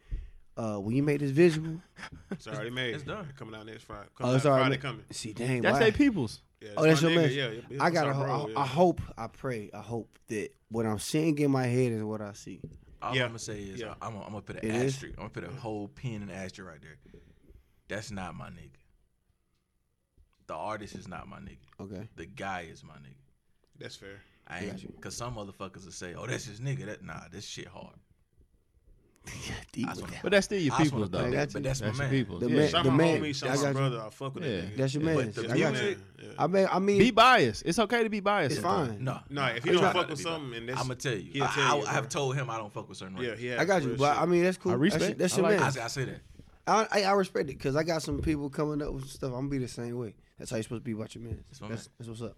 Speaker 1: uh, when you make this visual,
Speaker 4: It's already made.
Speaker 2: it's done.
Speaker 4: Coming out next Friday. Coming
Speaker 1: oh, it's
Speaker 4: out
Speaker 1: already
Speaker 4: Friday coming.
Speaker 1: See, dang,
Speaker 3: That's
Speaker 1: why-
Speaker 3: they peoples.
Speaker 4: Yeah,
Speaker 1: Oh,
Speaker 4: it's
Speaker 1: that's
Speaker 4: my
Speaker 1: your
Speaker 4: nigga,
Speaker 1: man.
Speaker 4: Yeah, yeah, it's
Speaker 1: I
Speaker 4: our
Speaker 1: gotta. ho-
Speaker 4: bro,
Speaker 1: I,
Speaker 4: yeah.
Speaker 1: I hope. I pray. I hope that what I'm seeing in my head is what I see.
Speaker 2: All
Speaker 4: Yeah.
Speaker 2: I'm gonna say is
Speaker 4: Yeah. Mm-hmm.
Speaker 2: I'm gonna I'm gonna put an
Speaker 1: It is?
Speaker 2: asterisk. I'm gonna put a whole pin and asterisk right there. That's not my nigga. The artist is not my nigga.
Speaker 1: Okay.
Speaker 2: The guy is my nigga.
Speaker 4: That's fair.
Speaker 2: I ain't because some motherfuckers will say, "Oh, that's his nigga." That nah, this shit hard.
Speaker 1: Deep
Speaker 2: That's
Speaker 1: with
Speaker 2: what-
Speaker 1: that.
Speaker 3: But that's still your
Speaker 2: I just wanna
Speaker 3: peoples, though.
Speaker 2: put that-
Speaker 1: got you.
Speaker 2: but that's,
Speaker 3: That's
Speaker 2: my
Speaker 3: your
Speaker 2: man.
Speaker 3: peoples.
Speaker 1: The
Speaker 3: yeah.
Speaker 1: man-
Speaker 4: Shout
Speaker 1: the
Speaker 4: my
Speaker 1: man-
Speaker 4: homie,
Speaker 1: I
Speaker 4: shout
Speaker 1: got
Speaker 4: my
Speaker 1: you.
Speaker 4: brother. I fuck with
Speaker 3: Yeah.
Speaker 4: that nigga.
Speaker 1: That's your man.
Speaker 2: But the
Speaker 1: I got you.
Speaker 2: music-
Speaker 4: Yeah.
Speaker 1: I mean, I mean,
Speaker 3: Be biased. It's okay to be biased.
Speaker 1: it's
Speaker 3: sometimes.
Speaker 1: fine.
Speaker 2: No,
Speaker 4: No, if he
Speaker 2: I'm
Speaker 4: don't
Speaker 2: trying
Speaker 4: fuck
Speaker 2: not to
Speaker 4: with
Speaker 2: be
Speaker 4: something,
Speaker 2: biased.
Speaker 4: and that's-
Speaker 2: I'm gonna tell you.
Speaker 4: he'll
Speaker 2: I,
Speaker 4: tell
Speaker 2: I-
Speaker 4: you,
Speaker 2: I have
Speaker 4: bro.
Speaker 2: told him I don't fuck with certain
Speaker 4: Yeah,
Speaker 2: rappers.
Speaker 4: he has
Speaker 1: I got you.
Speaker 4: real
Speaker 1: But
Speaker 4: shit.
Speaker 1: I mean, that's cool.
Speaker 3: I
Speaker 1: That's,
Speaker 3: respect-
Speaker 1: your- that's
Speaker 3: I
Speaker 1: your
Speaker 3: like
Speaker 1: man.
Speaker 2: I, I say that.
Speaker 1: I, I, I respect it because I got some people coming up with some stuff. I'm gonna be the same way. That's how you supposed to be about your man. That's,
Speaker 2: my
Speaker 1: that's, what's up.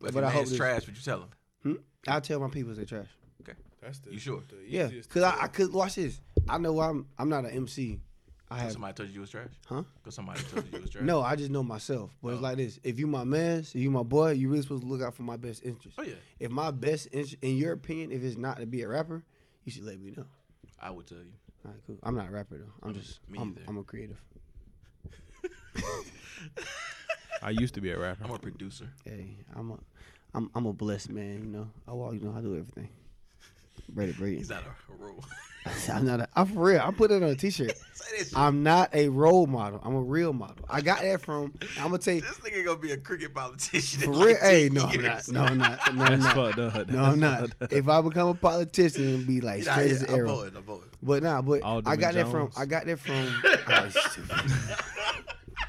Speaker 2: But, if
Speaker 1: But
Speaker 2: your
Speaker 1: I hope
Speaker 2: man's
Speaker 1: this-
Speaker 2: trash, would you tell him?
Speaker 1: Hmm? I tell my people they trash.
Speaker 2: Okay.
Speaker 4: That's the,
Speaker 2: You sure?
Speaker 4: the
Speaker 1: Yeah,
Speaker 4: easiest
Speaker 1: because
Speaker 4: to
Speaker 1: I,
Speaker 4: do.
Speaker 1: I could watch this. I know I'm I'm not an MC. I
Speaker 2: 'Cause
Speaker 1: have
Speaker 2: somebody told you you was trash?
Speaker 1: Huh?
Speaker 2: Because somebody told you you was trash?
Speaker 1: no. I just know myself.
Speaker 2: Oh.
Speaker 1: But it's like this: if you my man, if you my boy, you really supposed to look out for my best interest.
Speaker 2: Oh, yeah.
Speaker 1: If my best interest, in your opinion, if it's not to be a rapper, you should let me know.
Speaker 2: I would tell you.
Speaker 1: All right, cool. I'm not a rapper though. I'm just
Speaker 2: me
Speaker 1: I'm,
Speaker 2: either.
Speaker 1: I'm a creative.
Speaker 3: I used to be a rapper.
Speaker 2: I'm a producer.
Speaker 1: Hey, I'm a I'm I'm a blessed man. You know, I walk. You know, I do everything. Ready, breathe.
Speaker 2: He's not a role.
Speaker 1: (laughs) I'm not. A, I'm for real. I put it on a T-shirt.
Speaker 2: (laughs) say that shit.
Speaker 1: I'm not a role model. I'm a real model. I got that from. I'm gonna tell you
Speaker 2: this nigga gonna be a cricket
Speaker 3: (laughs)
Speaker 2: politician.
Speaker 1: for
Speaker 2: in
Speaker 1: real.
Speaker 2: like
Speaker 1: hey,
Speaker 2: 10
Speaker 1: no, I'm not.
Speaker 2: years.
Speaker 1: No, I'm not. No, I'm
Speaker 3: (laughs) That's
Speaker 1: not.
Speaker 3: fucked up.
Speaker 1: No, I'm
Speaker 3: That's
Speaker 1: not.
Speaker 3: (laughs) fucked up.
Speaker 1: If I become a politician, it'll be like
Speaker 2: Get out
Speaker 1: straight
Speaker 2: here.
Speaker 1: as an
Speaker 2: I'm
Speaker 1: arrow.
Speaker 2: voting. I'm voting.
Speaker 1: But nah, but
Speaker 3: Alderman
Speaker 1: I got that from.
Speaker 3: Jones.
Speaker 1: I got that from.
Speaker 2: (laughs)
Speaker 1: Oh, it's stupid.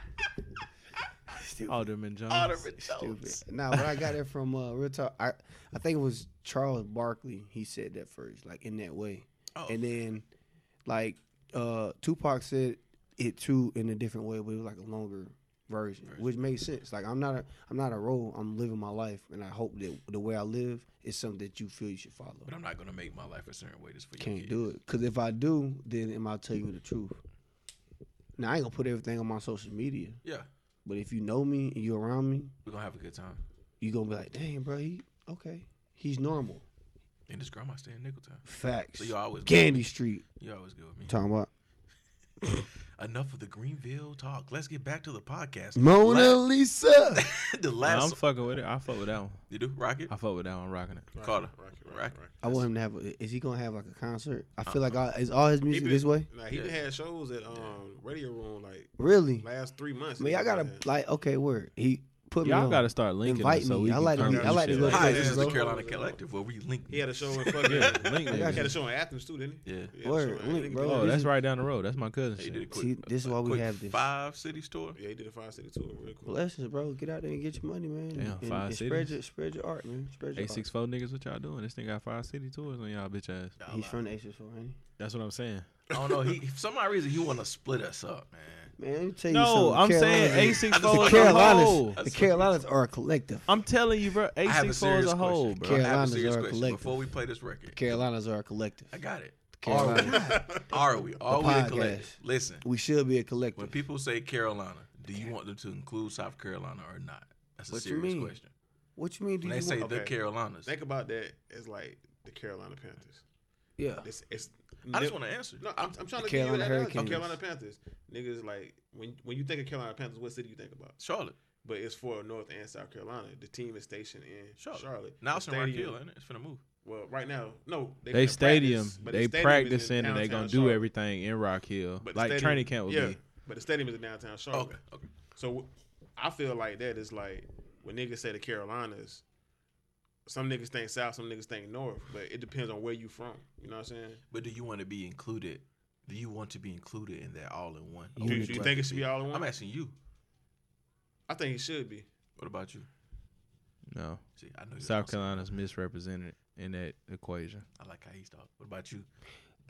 Speaker 3: (laughs) Alderman Jones.
Speaker 2: Alderman
Speaker 1: stupid.
Speaker 2: Jones.
Speaker 1: Nah, but I got it from uh, real talk. I I think it was Charles Barkley. He said that first, like in that way.
Speaker 2: Oh.
Speaker 1: And then, like uh, Tupac said it too in a different way, but it was like a longer version, which made sense. Like I'm not a I'm not a role. I'm living my life, and I hope that the way I live is something that you feel you should follow.
Speaker 2: But I'm not gonna make my life a certain way just for you.
Speaker 1: Can't do it because if I do, then am I tell you the truth? Now I ain't gonna put everything on my social media,
Speaker 2: Yeah.
Speaker 1: but if you know me and you around me,
Speaker 2: We're gonna have a good time.
Speaker 1: you gonna be like, dang, bro, he okay. He's normal.
Speaker 2: And this grandma stay in nickel time.
Speaker 1: Facts.
Speaker 2: So you always
Speaker 1: Candy Street.
Speaker 2: You always good with me.
Speaker 1: Talking about
Speaker 2: Enough of the Greenville talk. Let's get back to the podcast.
Speaker 1: Mona Lisa.
Speaker 2: La- (laughs) the
Speaker 3: Nah,
Speaker 2: last
Speaker 3: I'm fucking with it. I fuck with that one.
Speaker 2: you do rocket.
Speaker 3: I fuck with that one. Rocking it.
Speaker 2: Carter.
Speaker 4: Rock it, rock it,
Speaker 2: Rock it.
Speaker 4: rock it.
Speaker 1: I want him to have. A, is he gonna have like a concert? I feel like all, is all his music this way.
Speaker 4: Nah, Uh-huh. he
Speaker 2: Yeah.
Speaker 4: been had shows at um Radio Room like
Speaker 1: Really?
Speaker 4: last three months.
Speaker 1: I mean, I gotta like. Okay, word. He put me.
Speaker 3: Y'all
Speaker 1: on.
Speaker 3: gotta start linking.
Speaker 1: Invite
Speaker 3: us so
Speaker 1: me.
Speaker 3: We
Speaker 1: I
Speaker 3: can
Speaker 1: like to
Speaker 3: turn
Speaker 4: be-
Speaker 3: this
Speaker 4: I like
Speaker 1: to
Speaker 3: shit
Speaker 1: go
Speaker 3: up.
Speaker 1: to
Speaker 2: Hi,
Speaker 1: places,
Speaker 2: this is the
Speaker 1: bro.
Speaker 2: Carolina Collective where we link.
Speaker 4: He had a show in fucking. He
Speaker 3: Link
Speaker 1: got
Speaker 3: niggas.
Speaker 4: had a show in Athens too, didn't he?
Speaker 2: Yeah.
Speaker 4: He had a
Speaker 1: Word,
Speaker 4: show in
Speaker 1: link,
Speaker 4: Athens.
Speaker 1: bro.
Speaker 3: Oh,
Speaker 1: This
Speaker 3: that's
Speaker 1: is-
Speaker 3: right down the road. That's my
Speaker 2: He
Speaker 3: cousin.
Speaker 2: did a
Speaker 3: shit.
Speaker 2: quick,
Speaker 1: See, this is why we
Speaker 2: quick
Speaker 1: have this.
Speaker 2: five cities tour.
Speaker 4: Yeah, he did a five city tour real quick.
Speaker 1: Blessings, bro. Get out there and get your money, man.
Speaker 3: Damn,
Speaker 1: and,
Speaker 3: five
Speaker 1: and spread
Speaker 3: cities.
Speaker 1: your spread your art, man. Spread your
Speaker 3: Eight six four niggas, what y'all doing? This thing got five city tours on y'all bitch ass.
Speaker 1: art. He's from the Aces, man.
Speaker 3: That's what I'm saying.
Speaker 2: I don't know. He for some odd reason he want to split us up, man.
Speaker 1: Man, let me tell you
Speaker 3: No,
Speaker 1: something.
Speaker 3: I'm
Speaker 1: Carolina-
Speaker 3: saying eight six four
Speaker 1: The
Speaker 3: is a whole.
Speaker 1: Carolinas, the Carolinas are a collective.
Speaker 3: I'm telling you, bro. Eight
Speaker 2: have a
Speaker 3: six four is
Speaker 2: serious
Speaker 3: a whole, bro.
Speaker 2: question. I have a
Speaker 1: Carolinas
Speaker 2: serious
Speaker 1: are a
Speaker 2: question
Speaker 1: collective.
Speaker 2: before we play this record.
Speaker 1: Carolinas are a collective.
Speaker 2: I got it. Are we?
Speaker 1: Carolinas.
Speaker 2: Are we? Are we a
Speaker 1: podcast.
Speaker 2: collective? Listen,
Speaker 1: we should be a
Speaker 2: when
Speaker 1: collective.
Speaker 2: people say Carolina, do you want them to include South Carolina or not? That's a
Speaker 1: What you
Speaker 2: serious
Speaker 1: mean?
Speaker 2: question.
Speaker 1: What you mean? Do
Speaker 2: When
Speaker 1: you
Speaker 2: they say
Speaker 1: want-
Speaker 2: the
Speaker 4: Okay.
Speaker 2: Carolinas,
Speaker 4: Think about that as like the Carolina Panthers.
Speaker 1: yeah?
Speaker 4: It's, it's
Speaker 2: I just want to answer.
Speaker 4: No, I'm, I'm trying
Speaker 1: The
Speaker 4: to give you
Speaker 1: Carolina
Speaker 4: that analogy.
Speaker 1: Hurricanes.
Speaker 4: Carolina Panthers. Niggas like when when you think of Carolina Panthers, what city you think about?
Speaker 2: Charlotte,
Speaker 4: But it's for North and South Carolina. The team is stationed in
Speaker 2: Charlotte.
Speaker 4: Charlotte.
Speaker 2: Now
Speaker 4: The
Speaker 2: it's in Rock
Speaker 4: stadium-
Speaker 2: Hill, ain't it? It's finna move.
Speaker 4: Well, right now, no.
Speaker 3: They
Speaker 4: finna
Speaker 3: stadium,
Speaker 4: practice, but the
Speaker 3: they
Speaker 4: stadium is in
Speaker 3: practicing and they
Speaker 4: downtown
Speaker 3: gonna do
Speaker 4: Charlotte.
Speaker 3: everything in Rock Hill,
Speaker 4: But the
Speaker 3: like
Speaker 4: stadium-
Speaker 3: training camp would
Speaker 4: yeah,
Speaker 3: be.
Speaker 4: But the stadium is in downtown Charlotte.
Speaker 2: Okay, okay.
Speaker 4: So I feel like that is like when niggas say the Carolinas, some niggas think South, some niggas think North, but it depends on where you from. You know what I'm saying?
Speaker 2: But do you want to be included? Do you want to be included in that all in one?
Speaker 1: You
Speaker 4: Do,
Speaker 1: would
Speaker 4: do you
Speaker 1: like
Speaker 4: think it
Speaker 1: to
Speaker 4: should be all in one?
Speaker 2: I'm asking you.
Speaker 4: I think it should be.
Speaker 2: What about you?
Speaker 3: No,
Speaker 2: See, I know you
Speaker 3: South Carolina's misrepresented in that equation.
Speaker 2: I like how he's talking. What about you?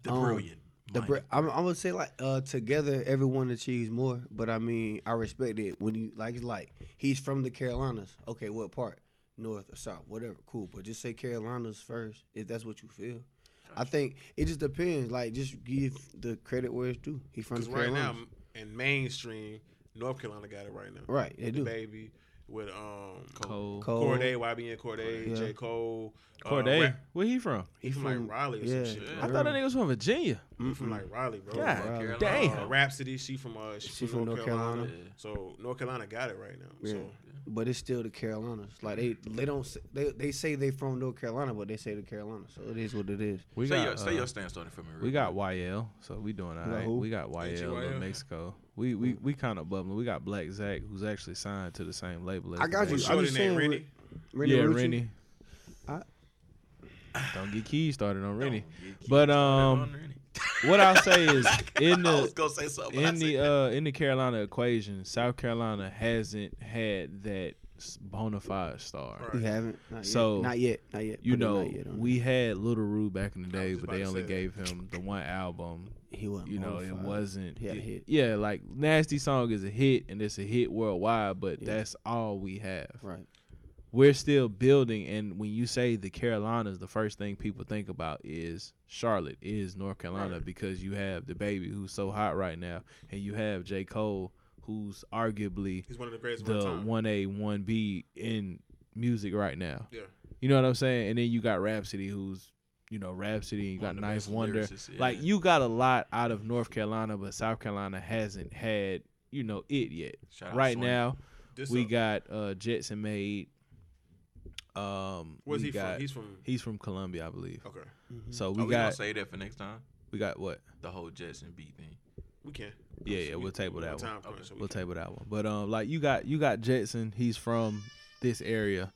Speaker 2: The
Speaker 1: Um,
Speaker 2: brilliant.
Speaker 1: The
Speaker 2: mind.
Speaker 1: br- I'm, I'm gonna say like uh, together everyone achieves more, but I mean I respect it when you like it's like he's from the Carolinas. Okay, what part? North or south, whatever. Cool, but just say Carolinas first if that's what you feel. I think it just depends. Like just give the credit where it's due. He's from the
Speaker 4: Because right
Speaker 1: Carolinas.
Speaker 4: now, in mainstream, North Carolina got it right now.
Speaker 1: right, they
Speaker 4: The
Speaker 1: do.
Speaker 4: baby, with um
Speaker 3: Cole.
Speaker 1: Cole.
Speaker 4: Corday, YBN Corday,
Speaker 1: Yeah.
Speaker 4: J. Cole. uh,
Speaker 3: Corday.
Speaker 4: Rap-
Speaker 3: Where he from?
Speaker 4: he from like Raleigh or some shit.
Speaker 3: I thought that nigga was from Virginia.
Speaker 4: He from like Raleigh, bro.
Speaker 3: God
Speaker 4: Like,
Speaker 1: Raleigh.
Speaker 3: damn.
Speaker 4: Uh, Rhapsody, she from uh, she,
Speaker 1: She
Speaker 4: from, North Carolina.
Speaker 2: Yeah.
Speaker 4: So North Carolina got it right now.
Speaker 1: Yeah.
Speaker 4: So
Speaker 1: But it's still the Carolinas. Like they, they don't s- they they say they from North Carolina, but they say the Carolinas. So it is what it is.
Speaker 3: We
Speaker 2: say
Speaker 3: got
Speaker 2: your,
Speaker 3: uh,
Speaker 2: say your stance on it for me.
Speaker 3: we got YL, so we doing all right.
Speaker 1: who?
Speaker 3: We got YL
Speaker 4: HYL?
Speaker 3: in Mexico. We we we kind of bubbling. We got Black Zach, who's actually signed to the same label. As
Speaker 1: I got
Speaker 3: the
Speaker 1: you.
Speaker 3: Black-
Speaker 1: I
Speaker 4: Shorty
Speaker 1: just
Speaker 4: named
Speaker 1: saying,
Speaker 4: Rennie.
Speaker 1: Rennie. Rennie
Speaker 3: yeah,
Speaker 1: Rucci.
Speaker 3: Rennie.
Speaker 1: I-
Speaker 3: Don't get keys started on Rennie.
Speaker 2: Rennie.
Speaker 3: But um, what I'll say is in
Speaker 2: I was
Speaker 3: the
Speaker 2: gonna say something. but I
Speaker 3: in the
Speaker 2: said-
Speaker 3: uh in the Carolina equation, South Carolina hasn't had that s- bona fide star.
Speaker 4: Right.
Speaker 1: You haven't. Not
Speaker 3: So,
Speaker 1: yet. not yet. Not yet.
Speaker 3: You
Speaker 1: Put a
Speaker 3: know,
Speaker 1: not yet on
Speaker 3: we had Little Rue back in the day,
Speaker 4: was
Speaker 3: but
Speaker 4: about
Speaker 3: they
Speaker 4: to
Speaker 3: only
Speaker 4: say that.
Speaker 3: gave him the one album.
Speaker 1: it. he wasn't.
Speaker 3: You know, it
Speaker 1: bonafide.
Speaker 3: wasn't.
Speaker 1: He had a
Speaker 3: it-
Speaker 1: hit.
Speaker 3: Yeah, like Nasty Song is a hit and it's a hit worldwide, but that's all we have.
Speaker 1: right.
Speaker 3: We're still building, and when you say the Carolinas, the first thing people think about is Charlotte, is North Carolina, because you have the baby who's so hot right now, and you have J. Cole, who's arguably
Speaker 4: he's one of the greatest of all
Speaker 3: the
Speaker 4: time.
Speaker 3: one A, one B in music right now.
Speaker 4: Yeah.
Speaker 3: You know what I'm saying? And then you got Rhapsody, who's you know Rhapsody, you got
Speaker 2: of the
Speaker 3: Knife
Speaker 2: best
Speaker 3: Wonder.
Speaker 2: lyricists, yeah.
Speaker 3: Like you got a lot out of North Carolina, but South Carolina hasn't had you know it yet.
Speaker 2: Shout out
Speaker 3: right
Speaker 2: Swain.
Speaker 3: now,
Speaker 4: This
Speaker 3: we
Speaker 4: up-
Speaker 3: got uh Jetson made. Um,
Speaker 4: Where's
Speaker 3: we
Speaker 4: he
Speaker 3: got-
Speaker 4: from? He's from.
Speaker 3: He's from Colombia, I believe.
Speaker 4: Okay,
Speaker 3: So we
Speaker 2: Are Oh, we gonna
Speaker 3: got
Speaker 2: say that for next time.
Speaker 3: we got what?
Speaker 2: The whole Jetson beat thing.
Speaker 4: we can.
Speaker 3: Yeah, yeah, we'll table
Speaker 4: We're
Speaker 3: that
Speaker 4: on
Speaker 3: one.
Speaker 4: Time crunch, so we
Speaker 3: We'll
Speaker 4: can.
Speaker 3: table that one. But um, like you got you got Jetson. He's from this area,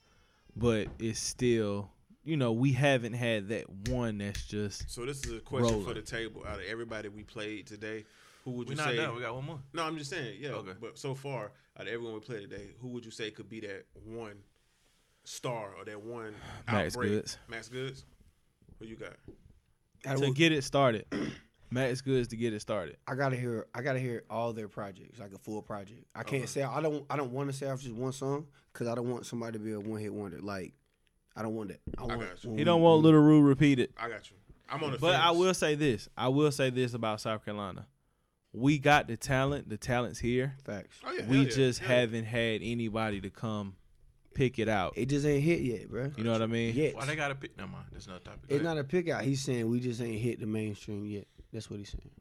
Speaker 3: but it's still you know we haven't had that one that's just
Speaker 4: So this is a question for
Speaker 3: Rolling.
Speaker 4: the table. Out of everybody we played today, who would
Speaker 2: We're
Speaker 4: you
Speaker 2: not
Speaker 4: say?
Speaker 2: done. We got one more.
Speaker 4: No, I'm just saying. Yeah.
Speaker 2: Okay.
Speaker 4: But so far, out of everyone we played today, who would you say could be that one star or that one
Speaker 3: Max
Speaker 4: outbreak?
Speaker 3: Goods.
Speaker 4: Max Goods. Who you got?
Speaker 1: I
Speaker 3: to
Speaker 1: will-
Speaker 3: get it started. (clears throat) Max Goods to get it started.
Speaker 1: I gotta hear I gotta hear all their projects, like a full project. I can't say I don't I don't want to say off just one song because I don't want somebody to be a one hit wonder. Like I don't want that. I, want,
Speaker 4: got you.
Speaker 1: when
Speaker 3: He
Speaker 1: we-
Speaker 3: don't want Little Rue repeated.
Speaker 4: I got you. I'm on the.
Speaker 3: But
Speaker 4: fence.
Speaker 3: I will say this. I will say this about South Carolina. We got the talent. The talent's here.
Speaker 1: facts.
Speaker 4: Oh, yeah, hell
Speaker 3: We
Speaker 4: yeah,
Speaker 3: just
Speaker 4: hell yeah.
Speaker 3: haven't had anybody to come pick it out.
Speaker 1: It just ain't hit yet, bro.
Speaker 3: You know what I mean?
Speaker 1: Yet
Speaker 2: Why they gotta pick? Never mind. That's another topic. Go
Speaker 1: it's
Speaker 2: ahead.
Speaker 1: not a pick out. He's saying we just ain't hit the mainstream yet. That's what he's saying.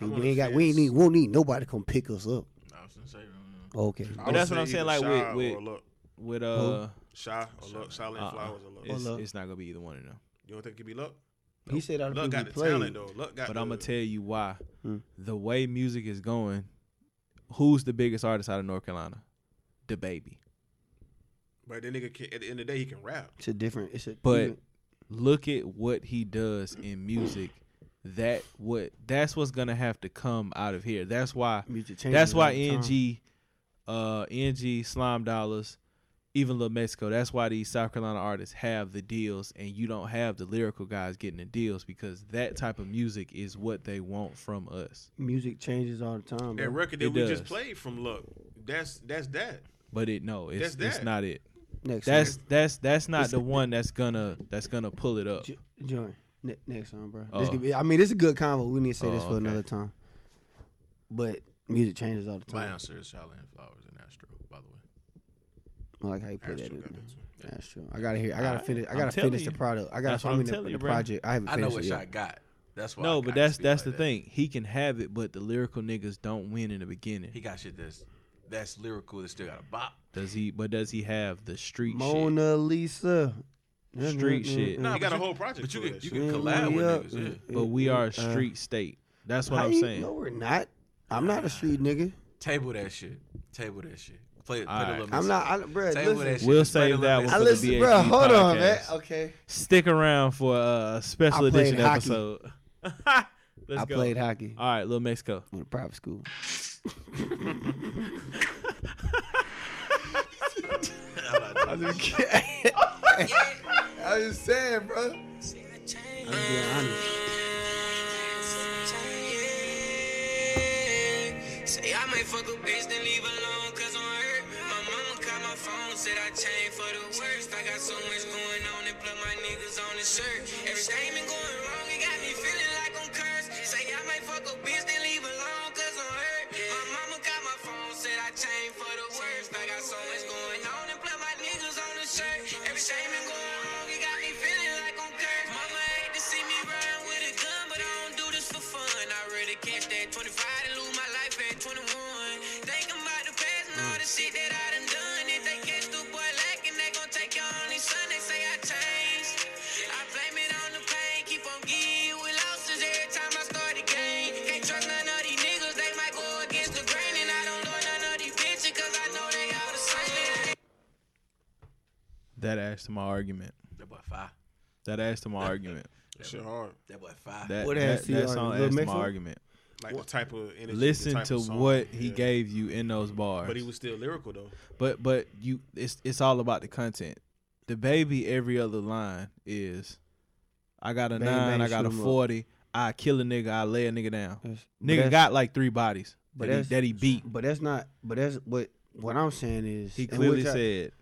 Speaker 4: I'm on
Speaker 1: we
Speaker 4: the
Speaker 1: ain't got we ain't
Speaker 4: fence.
Speaker 1: need won't need nobody to come pick us up.
Speaker 2: I was gonna say. mm,
Speaker 1: Okay.
Speaker 4: I
Speaker 3: But
Speaker 4: would
Speaker 3: that's what
Speaker 4: say
Speaker 3: I'm saying,
Speaker 4: either
Speaker 3: like, with-
Speaker 4: Shy
Speaker 3: with-
Speaker 4: or Luck.
Speaker 3: With uh,
Speaker 4: Shy or Luck. Silent
Speaker 3: uh-uh.
Speaker 4: Flowers or Luck.
Speaker 3: It's,
Speaker 1: Or Luck.
Speaker 3: it's not gonna be either one of them.
Speaker 4: You don't think it could be Luck?
Speaker 1: He said I
Speaker 4: Luck
Speaker 1: don't
Speaker 4: got
Speaker 1: think
Speaker 4: the
Speaker 1: we played.
Speaker 4: talent though. Luck got.
Speaker 3: But
Speaker 4: the,
Speaker 3: I'm gonna tell you why.
Speaker 1: Hmm.
Speaker 3: The way music is going, who's the biggest artist out of North Carolina? The baby.
Speaker 4: But that nigga can, at the end of the day he can rap.
Speaker 1: It's a different. It's a
Speaker 3: But look at what he does in music. That what that's what's gonna have to come out of here. That's why
Speaker 1: music changes
Speaker 3: that's why
Speaker 1: all the time.
Speaker 3: NG uh NG Slime Dollars, even Little Mexico, that's why these South Carolina artists have the deals and you don't have the lyrical guys getting the deals because that type of music is what they want from us.
Speaker 1: music changes all the time.
Speaker 4: That
Speaker 1: bro.
Speaker 4: record that
Speaker 3: It
Speaker 4: we just
Speaker 3: does.
Speaker 4: played from Luck. That's that's that.
Speaker 3: But it no,
Speaker 4: That's
Speaker 3: it's it's
Speaker 4: that.
Speaker 3: not it.
Speaker 1: Next
Speaker 3: That's
Speaker 1: song.
Speaker 3: that's that's not the
Speaker 1: Listen,
Speaker 3: one that's gonna that's gonna pull it up.
Speaker 1: Jo- Join ne- next time, bro.
Speaker 3: Oh.
Speaker 1: This could be, I mean, it's a good convo. We need to say this
Speaker 3: Oh,
Speaker 1: for
Speaker 3: okay.
Speaker 1: another time. But music changes all the
Speaker 2: My
Speaker 1: time.
Speaker 2: answer is Shaolin Flowers and Astro. By the way,
Speaker 1: I like how you put
Speaker 4: Astro
Speaker 1: that in
Speaker 4: got
Speaker 1: there.
Speaker 4: this one.
Speaker 1: That's true. I gotta hear. I gotta
Speaker 3: Alright,
Speaker 1: finish. I
Speaker 3: I'm
Speaker 1: gotta
Speaker 3: telling
Speaker 1: finish the
Speaker 3: you.
Speaker 1: product. I gotta
Speaker 3: That's what
Speaker 1: find
Speaker 3: I'm
Speaker 1: me the,
Speaker 3: telling
Speaker 1: the
Speaker 3: you, bro.
Speaker 1: project. I haven't
Speaker 2: I know
Speaker 1: finished
Speaker 2: what
Speaker 1: it
Speaker 2: Shot
Speaker 1: yet.
Speaker 2: got. That's why. I-
Speaker 3: No,
Speaker 2: I
Speaker 3: but
Speaker 2: can
Speaker 3: that's
Speaker 2: speak
Speaker 3: that's
Speaker 2: like
Speaker 3: the
Speaker 2: that.
Speaker 3: thing. He can have it, but the lyrical niggas don't win in the
Speaker 2: He
Speaker 3: beginning.
Speaker 2: got shit that's that's lyrical. That still got a bop.
Speaker 3: Does he? But does he have the street shit?
Speaker 1: Mona Lisa. Mm-hmm,
Speaker 3: Street shit.
Speaker 4: He
Speaker 2: Nah,
Speaker 4: got
Speaker 2: but
Speaker 4: a
Speaker 2: you-
Speaker 4: whole project.
Speaker 2: But you
Speaker 4: for
Speaker 2: can
Speaker 4: that
Speaker 2: you
Speaker 4: shit.
Speaker 2: can collab with niggas. Yeah.
Speaker 3: But we
Speaker 2: uh,
Speaker 3: are a street state. That's what
Speaker 1: Mm-hmm. How
Speaker 3: I'm
Speaker 1: you-
Speaker 3: saying.
Speaker 1: No, we're not. I'm not a street nigga.
Speaker 2: Table that shit. Table that shit. Play it. Play
Speaker 3: Alright.
Speaker 2: the little
Speaker 1: I'm
Speaker 2: message.
Speaker 1: not. I, bro,
Speaker 2: Table
Speaker 1: listen.
Speaker 2: that shit.
Speaker 3: We'll
Speaker 2: Just play
Speaker 3: save
Speaker 2: the
Speaker 3: that
Speaker 2: little
Speaker 3: one
Speaker 1: I
Speaker 3: for
Speaker 2: message.
Speaker 3: the
Speaker 1: listen,
Speaker 3: BHG
Speaker 1: bro. Hold on, man.
Speaker 3: podcast.
Speaker 1: Okay.
Speaker 3: Stick around for a special
Speaker 1: I played
Speaker 3: edition
Speaker 1: hockey.
Speaker 3: episode. (laughs) Let's
Speaker 1: I
Speaker 3: go.
Speaker 1: played hockey
Speaker 3: All right, Little Mexico.
Speaker 1: in a private school. I was just kidding. I was just saying, bro. I'm being honest.
Speaker 9: Say I might fuck a bitch, then leave alone, cause I'm hurt. My mama caught my phone, said I changed for the worst. I got so much going on, and plug my niggas on the shirt. Everything been going wrong, it got me feeling like I'm cursed. Say I might fuck a bitch, then leave alone, cause I'm hurt. My mama got my phone, said I changed for the worst. I got so much going on.
Speaker 3: That adds to my argument.
Speaker 2: (laughs) That boy fire.
Speaker 3: That adds to
Speaker 1: (laughs)
Speaker 3: my argument.
Speaker 4: That shit hard.
Speaker 2: That boy fire.
Speaker 3: That,
Speaker 1: What
Speaker 3: that,
Speaker 1: adds to your
Speaker 3: that song
Speaker 1: argument? Lil
Speaker 3: adds to my
Speaker 1: Mix-a?
Speaker 3: argument.
Speaker 4: Like the type of energy. the
Speaker 3: Listen
Speaker 4: type
Speaker 3: to
Speaker 4: of song.
Speaker 3: what he
Speaker 4: Yeah.
Speaker 3: gave you in those bars.
Speaker 4: But he was still lyrical though.
Speaker 3: But but you it's it's all about the content. The baby every other line is I got a
Speaker 1: Bang,
Speaker 3: nine,
Speaker 1: bang,
Speaker 3: I got
Speaker 1: shoot
Speaker 3: a
Speaker 1: 'em up.
Speaker 3: forty, I kill a nigga, I lay a nigga down.
Speaker 1: That's- but
Speaker 3: nigga
Speaker 1: that's-
Speaker 3: got like three bodies
Speaker 1: but
Speaker 3: that, he,
Speaker 1: that's-
Speaker 3: that he beat.
Speaker 1: But that's not. But that's what what I'm saying is
Speaker 3: He
Speaker 1: and
Speaker 3: clearly
Speaker 1: which I-
Speaker 3: said,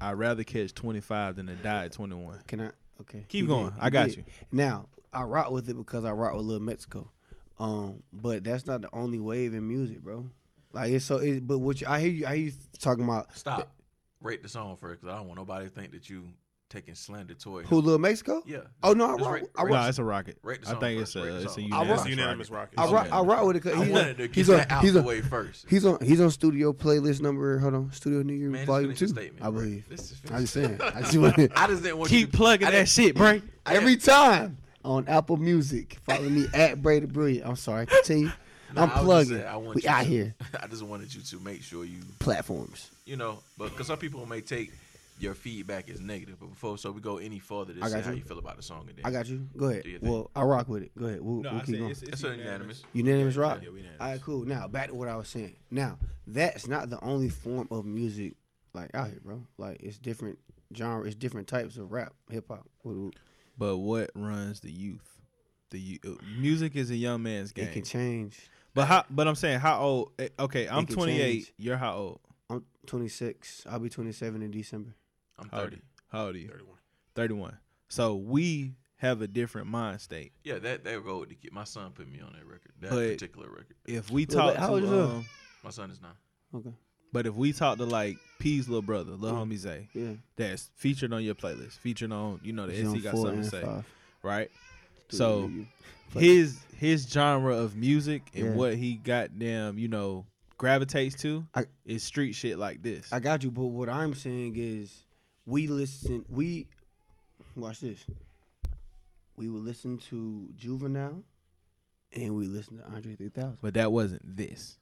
Speaker 3: I'd rather catch twenty five than to die at twenty one.
Speaker 1: Can I? Okay.
Speaker 3: Keep
Speaker 1: He
Speaker 3: going.
Speaker 1: did.
Speaker 3: I
Speaker 1: He
Speaker 3: got
Speaker 1: did.
Speaker 3: you.
Speaker 1: Now I rock with it because I rock with Little Mexico, um, but that's not the only wave in music, bro. Like it's so. It, but what you, I hear you, I hear you talking about
Speaker 2: Stop. Rate the song first, cause I don't want nobody to think that you taking slander toward him.
Speaker 1: who Little Mexico.
Speaker 2: Yeah.
Speaker 1: Oh no, I
Speaker 2: Just
Speaker 1: rock.
Speaker 2: rate-
Speaker 1: I
Speaker 2: rate
Speaker 1: rock.
Speaker 3: No, it's a rocket.
Speaker 2: Rate the
Speaker 3: I
Speaker 2: song
Speaker 3: think
Speaker 2: first,
Speaker 3: it's
Speaker 2: rate the
Speaker 3: a it's a
Speaker 2: song.
Speaker 1: I
Speaker 3: unanimous.
Speaker 1: rock-
Speaker 4: It's unanimous
Speaker 3: rocket.
Speaker 4: rocket.
Speaker 1: I rock, I rock with it
Speaker 2: I
Speaker 1: because he's,
Speaker 2: wanted to
Speaker 1: on-
Speaker 2: get
Speaker 1: he's
Speaker 2: that
Speaker 1: on
Speaker 2: out
Speaker 1: he's
Speaker 2: the
Speaker 1: on
Speaker 2: way first.
Speaker 1: he's on he's on studio playlist number hold on studio New Year
Speaker 2: Man, just
Speaker 1: volume
Speaker 2: finish your
Speaker 1: two
Speaker 2: statement.
Speaker 1: I
Speaker 2: bro.
Speaker 1: believe
Speaker 2: Let's just
Speaker 1: I'm
Speaker 2: finish.
Speaker 1: just saying I
Speaker 2: (laughs)
Speaker 1: just want to
Speaker 2: I just didn't want you
Speaker 3: Keep
Speaker 2: to-
Speaker 3: plugging
Speaker 2: I
Speaker 3: that
Speaker 2: didn't-
Speaker 3: shit, Bray.
Speaker 1: (laughs) every time on Apple Music follow me at Brady Brilliant I'm sorry continue I'm
Speaker 2: Nah, I was just
Speaker 1: plugging
Speaker 2: saying, I want
Speaker 1: we
Speaker 2: you
Speaker 1: out
Speaker 2: to-
Speaker 1: here
Speaker 2: (laughs) I just wanted you to make sure you
Speaker 1: platforms
Speaker 2: you know, but because some people may take your feedback as negative. But before, so we go any further,
Speaker 1: I
Speaker 2: to say
Speaker 1: got
Speaker 2: how
Speaker 1: you.
Speaker 2: you feel about the song. And then
Speaker 1: I got you. Go ahead.
Speaker 2: Do your thing.
Speaker 1: Well, I rock with it. Go ahead. We'll,
Speaker 3: No,
Speaker 1: we'll
Speaker 3: I
Speaker 1: keep
Speaker 3: said
Speaker 1: going.
Speaker 3: it's,
Speaker 2: That's
Speaker 3: it's
Speaker 2: unanimous.
Speaker 3: unanimous.
Speaker 1: Unanimous
Speaker 2: Yeah,
Speaker 1: rock.
Speaker 2: yeah, we unanimous.
Speaker 1: All right, cool. Now back to what I was saying. Now that's not the only form of music like out here, bro. Like it's different genre. It's different types of rap, hip hop. Woo- woo.
Speaker 3: But what runs the youth? The you- uh, music is a young man's
Speaker 1: It can
Speaker 3: game.
Speaker 1: change.
Speaker 3: But how? But I'm saying how old? eh, Okay, I'm
Speaker 1: can
Speaker 3: 28.
Speaker 1: change.
Speaker 3: You're how old?
Speaker 1: I'm 26. I'll be 27 in December.
Speaker 2: I'm
Speaker 3: How old-
Speaker 2: 30.
Speaker 3: How old are you?
Speaker 4: 31.
Speaker 3: 31. So we have a different mind state.
Speaker 2: Yeah, that that go with the kid. My son put me on that record, that
Speaker 3: But-
Speaker 2: particular record.
Speaker 3: If we
Speaker 1: Well, but
Speaker 3: talk
Speaker 1: how old is
Speaker 3: to
Speaker 1: her?
Speaker 3: um,
Speaker 2: My son is nine.
Speaker 1: Okay.
Speaker 3: but if we talk to like P's little brother, little homie Zay,
Speaker 1: Yeah.
Speaker 3: that's featured on your playlist, featured on you know the
Speaker 1: Zone
Speaker 3: SC got
Speaker 1: four
Speaker 3: something to
Speaker 1: and
Speaker 3: say,
Speaker 1: five.
Speaker 3: right?
Speaker 1: Dude,
Speaker 3: So
Speaker 1: you-
Speaker 3: his his genre of music and
Speaker 1: Yeah.
Speaker 3: what he goddamn you know gravitates to
Speaker 1: I-
Speaker 3: is street shit like this.
Speaker 1: I got you, but what I'm saying is we listen we watch this. We would listen to Juvenile and we listen to Andre 3000.
Speaker 3: But that wasn't this.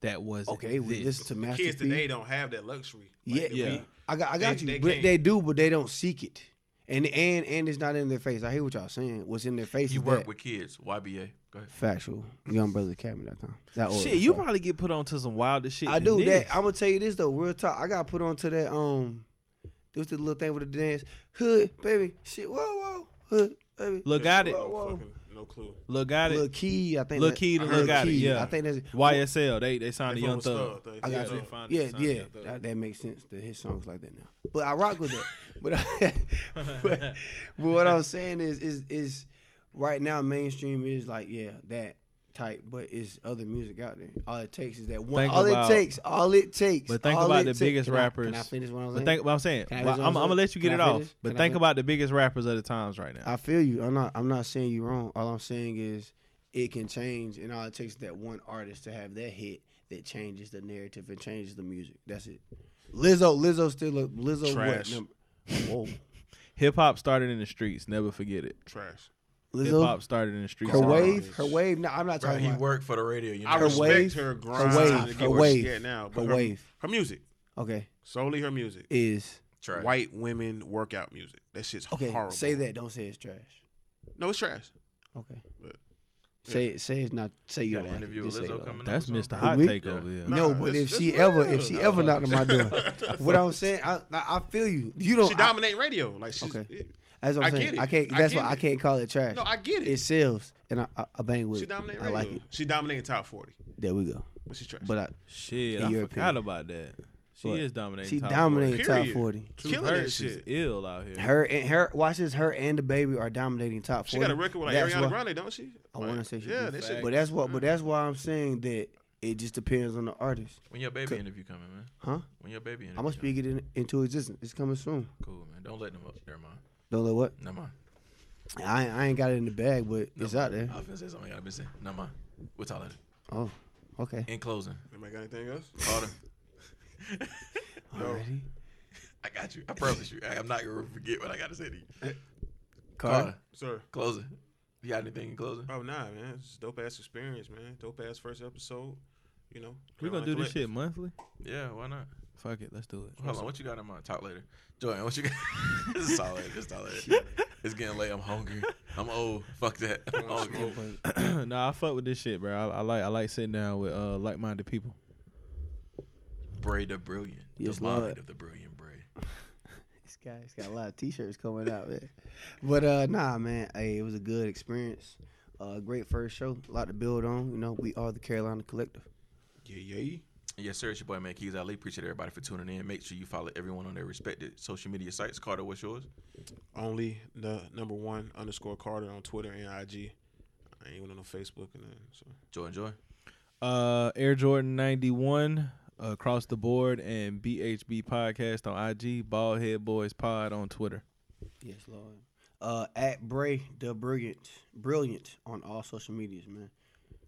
Speaker 3: That wasn't
Speaker 1: Okay, we
Speaker 3: this.
Speaker 1: listen to Master
Speaker 4: Kids
Speaker 1: P.
Speaker 4: today don't have that luxury.
Speaker 1: yeah,
Speaker 4: Like,
Speaker 3: yeah.
Speaker 1: yeah. I got I got
Speaker 4: They-
Speaker 1: you.
Speaker 4: they
Speaker 1: but
Speaker 4: can't.
Speaker 1: they do, but they don't seek it. And and and it's not in their face. I hear what y'all saying. What's in their face
Speaker 2: You
Speaker 1: is
Speaker 2: work
Speaker 1: that
Speaker 2: with kids. YBA. Go ahead.
Speaker 1: factual. Youngbrotheracademy.com. That order,
Speaker 3: Shit, you
Speaker 1: sorry.
Speaker 3: probably get put onto some wilder shit.
Speaker 1: Oh, I
Speaker 3: than
Speaker 1: do
Speaker 3: this.
Speaker 1: that. I'm gonna tell you this though, real talk. I got put on to that. Um, there was the little thing with the dance. Hood, baby, shit. Whoa, whoa, hood, baby.
Speaker 3: Look at it.
Speaker 1: Whoa, whoa.
Speaker 4: Fucking no clue.
Speaker 3: Look got
Speaker 1: Lil
Speaker 3: it.
Speaker 1: Key, I think.
Speaker 3: Lil
Speaker 1: that-
Speaker 3: Key to
Speaker 1: I
Speaker 3: Lil
Speaker 1: heard
Speaker 3: Gotti,
Speaker 1: Key.
Speaker 3: yeah.
Speaker 1: I think that's
Speaker 3: YSL. They they signed a
Speaker 4: They
Speaker 3: young
Speaker 4: fuck with
Speaker 3: thug.
Speaker 4: Thug,
Speaker 1: I
Speaker 4: they-
Speaker 1: got
Speaker 4: they
Speaker 1: you.
Speaker 4: find
Speaker 1: Yeah,
Speaker 4: it, sign
Speaker 1: yeah.
Speaker 4: it, thug.
Speaker 1: That, that makes sense. That his songs like that now. But I rock
Speaker 3: (laughs)
Speaker 1: with that. but, I, (laughs) but but what I'm saying is is is right now mainstream is like yeah that type, but it's other music out there. All it takes is that one.
Speaker 3: Think
Speaker 1: all
Speaker 3: about-
Speaker 1: it takes. All it takes.
Speaker 3: But think
Speaker 1: all
Speaker 3: about
Speaker 1: it
Speaker 3: the
Speaker 1: take-
Speaker 3: biggest
Speaker 1: Can I-
Speaker 3: rappers.
Speaker 1: Can I finish what I'm
Speaker 3: But
Speaker 1: saying?
Speaker 3: think what I'm saying.
Speaker 1: Can I
Speaker 3: Well,
Speaker 1: finish what I'm
Speaker 3: I'm, I'm gonna
Speaker 1: saying?
Speaker 3: let you get
Speaker 1: Can
Speaker 3: it
Speaker 1: I
Speaker 3: off.
Speaker 1: finish?
Speaker 3: But
Speaker 1: Can I
Speaker 3: think
Speaker 1: finish?
Speaker 3: about the biggest rappers of the times right now.
Speaker 1: I feel you. I'm not. I'm not saying you wrong. All I'm saying is it can change, and all it takes is that one artist to have that hit that changes the narrative and changes the music. That's it. Lizzo. Lizzo still a Lizzo.
Speaker 4: Trash.
Speaker 1: What number? Whoa.
Speaker 3: Hip hop started in the streets. Never forget it.
Speaker 4: Trash.
Speaker 3: Hip
Speaker 1: Lizzo.
Speaker 3: hop started in the streets.
Speaker 1: Her
Speaker 3: of Harlem.
Speaker 1: wave. Her wave. No, I'm not
Speaker 2: Bro,
Speaker 1: talking
Speaker 2: he
Speaker 1: about.
Speaker 2: worked for the radio. You know?
Speaker 4: I
Speaker 1: Her
Speaker 4: respect
Speaker 1: wave,
Speaker 4: her grind.
Speaker 1: her wave,
Speaker 4: to get
Speaker 1: her
Speaker 4: where she
Speaker 1: wave,
Speaker 4: at now, but
Speaker 1: her
Speaker 4: her
Speaker 1: wave.
Speaker 4: Her music.
Speaker 1: Okay.
Speaker 4: Solely her music.
Speaker 1: Is
Speaker 2: Trash.
Speaker 4: White women workout music. That shit's
Speaker 1: okay.
Speaker 4: horrible.
Speaker 1: Say that. Don't say it's trash.
Speaker 4: No, it's trash.
Speaker 1: Okay.
Speaker 4: But-
Speaker 1: Say it. Say it's not. Say you
Speaker 2: You
Speaker 1: don't
Speaker 2: got an
Speaker 1: like
Speaker 2: interview
Speaker 1: it.
Speaker 2: with
Speaker 1: Just say you
Speaker 2: Lizzo
Speaker 1: don't like
Speaker 2: coming
Speaker 1: it.
Speaker 2: up.
Speaker 3: That's
Speaker 2: or
Speaker 3: Mr.
Speaker 2: something?
Speaker 3: Hot
Speaker 1: We-
Speaker 3: Take over here.
Speaker 4: Nah,
Speaker 1: no, but
Speaker 4: it's-
Speaker 1: if
Speaker 4: it's
Speaker 1: she
Speaker 4: real.
Speaker 1: ever, if she
Speaker 4: Nah,
Speaker 1: ever
Speaker 4: nah.
Speaker 1: knocked on my door, what I'm saying, I, I I feel you. You don't.
Speaker 4: She
Speaker 1: I-
Speaker 4: dominate radio. Like she's
Speaker 1: Okay. That's what I'm
Speaker 4: I
Speaker 1: saying.
Speaker 4: get it.
Speaker 1: I can't.
Speaker 4: I
Speaker 1: That's
Speaker 4: get
Speaker 1: why I
Speaker 4: it.
Speaker 1: can't call it trash.
Speaker 4: No, I get it.
Speaker 1: It sells, and I, I, I bang with
Speaker 4: she
Speaker 1: it.
Speaker 4: dominate
Speaker 1: I
Speaker 4: radio.
Speaker 1: like it.
Speaker 4: She dominating top forty.
Speaker 1: There we go.
Speaker 4: But she's trash.
Speaker 1: But I,
Speaker 3: Shit,
Speaker 1: In
Speaker 3: I
Speaker 1: your
Speaker 3: forgot
Speaker 1: opinion.
Speaker 3: about that. She
Speaker 1: What?
Speaker 3: is dominating.
Speaker 1: she
Speaker 3: top
Speaker 1: dominated top
Speaker 4: Period.
Speaker 1: forty.
Speaker 3: forty.
Speaker 4: Killing
Speaker 3: Her
Speaker 4: that
Speaker 3: shit.
Speaker 4: shit.
Speaker 3: ill out here.
Speaker 1: Her and her watch this. Her and the baby are dominating top forty.
Speaker 4: She got a record with like
Speaker 1: That's
Speaker 4: Ariana
Speaker 1: why-
Speaker 4: Grande, don't she?
Speaker 1: I want to say she
Speaker 4: yeah,
Speaker 1: do.
Speaker 4: that shit. Mm.
Speaker 1: But that's what. But that's why I'm saying that it just depends on the artist,
Speaker 2: When your baby interview coming, man?
Speaker 1: huh?
Speaker 2: When your baby interview?
Speaker 1: I'm gonna speak it in, into existence. It's coming soon.
Speaker 2: coming? Cool, man. Don't let them up. Never mind.
Speaker 1: Don't let what.
Speaker 2: Never mind.
Speaker 1: I I ain't got it in the bag, but it's out there.
Speaker 2: I was gonna say something. I've been saying. Never mind. We'll talk later.
Speaker 1: Oh, okay.
Speaker 2: In closing,
Speaker 4: Anybody got anything else?
Speaker 2: Carter,
Speaker 1: Alrighty.
Speaker 2: I got you. I promise you. I, am not gonna forget what I gotta say to you.
Speaker 1: Carter.
Speaker 2: Carter,
Speaker 4: Sir.
Speaker 2: closing. You got anything in closing?
Speaker 4: Oh nah, man. It's dope ass experience, man. Dope ass first episode. You know.
Speaker 3: We gonna
Speaker 4: Carolina
Speaker 3: do this
Speaker 4: Collective.
Speaker 3: shit monthly?
Speaker 2: Yeah, why not?
Speaker 3: Fuck it, let's do it.
Speaker 2: Hold on, what you got in mind? Talk later. Jordan, what you got? (laughs) it's all later. It's all later. It's getting late. I'm hungry. I'm old. Fuck that. I'm
Speaker 3: (clears throat)
Speaker 2: hungry.
Speaker 3: nah, I fuck with this shit, bro. I, I like I like sitting down with uh like minded people.
Speaker 2: Bray the Brilliant.
Speaker 1: Yes,
Speaker 2: the mind
Speaker 1: Lord.
Speaker 2: of the Brilliant Bray.
Speaker 1: This guy's got a lot of t-shirts coming out, man. But uh, nah, man, hey, it was a good experience. Uh, great first show, a lot to build on. You know, we are the Carolina Collective.
Speaker 4: Yeah, yeah.
Speaker 2: Yes, sir. It's your boy, Man Keys Ali. Appreciate everybody for tuning in. Make sure you follow everyone on their respected social media sites. Carter, what's yours?
Speaker 4: Only the number one underscore Carter on Twitter and IG. I ain't even on no Facebook and nothing. So
Speaker 2: Jordan Joy.
Speaker 3: Uh, Air Jordan ninety one across the board and BHB podcast on IG. Baldhead Boys Pod on Twitter.
Speaker 1: Yes, Lord. Uh, at Bray the Brilliant, brilliant on all social medias, man.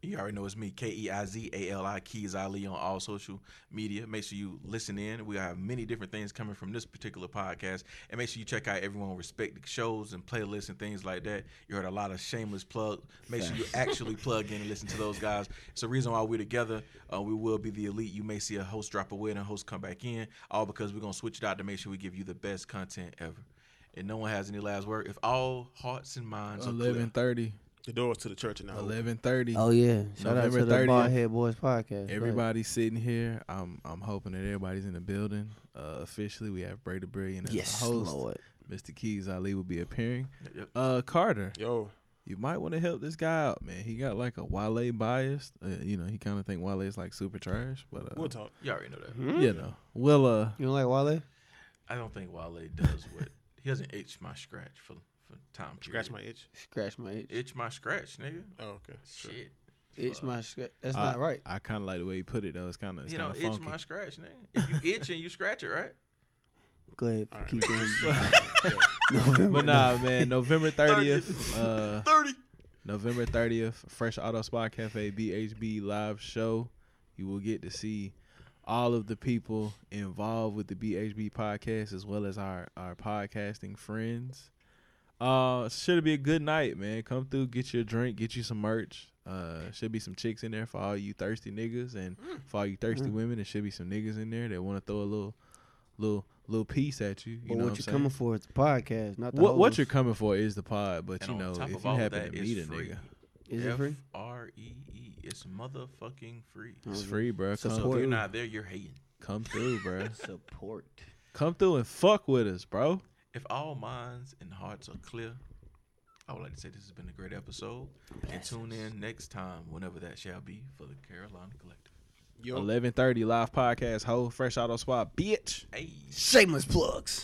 Speaker 2: You already know it's me, K E I Z A L I Keys Ali on all social media. Make sure you listen in. We have many different things coming from this particular podcast. And make sure you check out everyone respected shows and playlists and things like that. You heard a lot of shameless plug. Make sure you actually plug in and listen to those guys. It's the reason why we're together. Uh, we will be the elite. You may see a host drop away and a host come back in, all because we're going to switch it out to make sure we give you the best content ever. And no one has any last word. If all hearts and minds are clear,
Speaker 3: Eleven thirty.
Speaker 4: the doors to the church and now.
Speaker 3: Eleven thirty.
Speaker 1: Oh yeah, shout
Speaker 3: November
Speaker 1: out to the
Speaker 3: 30th.
Speaker 1: Baldhead Boys podcast.
Speaker 3: Everybody's sitting here. I'm I'm hoping that everybody's in the building. Uh, officially, we have Brady Brilliant as
Speaker 1: yes,
Speaker 3: the host.
Speaker 1: Lord.
Speaker 3: Mr. Keys Ali will be appearing.
Speaker 2: Yep.
Speaker 3: Uh, Carter,
Speaker 4: Yo,
Speaker 3: you might want to help this guy out, man. He got like a Wale bias. Uh, you know, he kind of think Wale is like super trash, but uh,
Speaker 4: we'll talk.
Speaker 2: you already know that.
Speaker 3: you know, we'll uh,
Speaker 1: You don't like Wale?
Speaker 2: I don't think Wale does what he doesn't itch my scratch for for time.
Speaker 4: Scratch
Speaker 2: period.
Speaker 4: my itch.
Speaker 1: Scratch my itch.
Speaker 2: itch my scratch, nigga.
Speaker 4: Oh, okay. Sure.
Speaker 2: Shit,
Speaker 1: Itch my scratch. That's
Speaker 3: I-
Speaker 1: not right.
Speaker 3: I kind of like the way he put it though. It's kind of it's
Speaker 2: you know,
Speaker 3: kind of
Speaker 2: itch
Speaker 3: funky.
Speaker 2: my scratch, nigga. If you itch and you scratch it, right?
Speaker 1: Go ahead,
Speaker 4: All right,
Speaker 1: keep going.
Speaker 4: (laughs)
Speaker 1: (laughs)
Speaker 3: but nah, man, November thirtieth. uh,
Speaker 2: Thirty.
Speaker 3: November 30th, Fresh Auto Spa Cafe BHB live show. You will get to see all of the people involved with the BHB podcast as well as our, our podcasting friends. Uh should be a good night, man. Come through, get you a drink, get you some merch. Uh should be some chicks in there for all you thirsty niggas and for all you thirsty
Speaker 1: Mm.
Speaker 3: women, there should be some niggas in there that want to throw a little little little piece at you. You
Speaker 1: but
Speaker 3: know
Speaker 1: what
Speaker 3: what
Speaker 1: you
Speaker 3: I'm saying?
Speaker 1: coming for is the podcast, not the
Speaker 3: what what
Speaker 1: hoes.
Speaker 3: you're coming for is the pod, but
Speaker 2: And
Speaker 3: you
Speaker 2: on
Speaker 3: know,
Speaker 2: top
Speaker 3: if
Speaker 2: of
Speaker 3: you
Speaker 2: all
Speaker 3: happen
Speaker 2: that,
Speaker 3: to
Speaker 2: it's
Speaker 3: meet a
Speaker 2: free.
Speaker 3: nigga.
Speaker 1: Is it free?
Speaker 2: F R E E. It's motherfucking free.
Speaker 3: It's free, bro. Come
Speaker 2: So if you're
Speaker 3: through.
Speaker 2: not there, you're hating.
Speaker 3: Come through, bro.
Speaker 1: Support.
Speaker 3: Come through and fuck with us, bro.
Speaker 2: If all minds and hearts are clear, I would like to say this has been a great episode. And tune in next time, whenever that shall be, for the Carolina Collective.
Speaker 4: Yo.
Speaker 3: Eleven thirty live podcast. Whole fresh auto spot, bitch.
Speaker 2: Hey.
Speaker 1: Shameless plugs.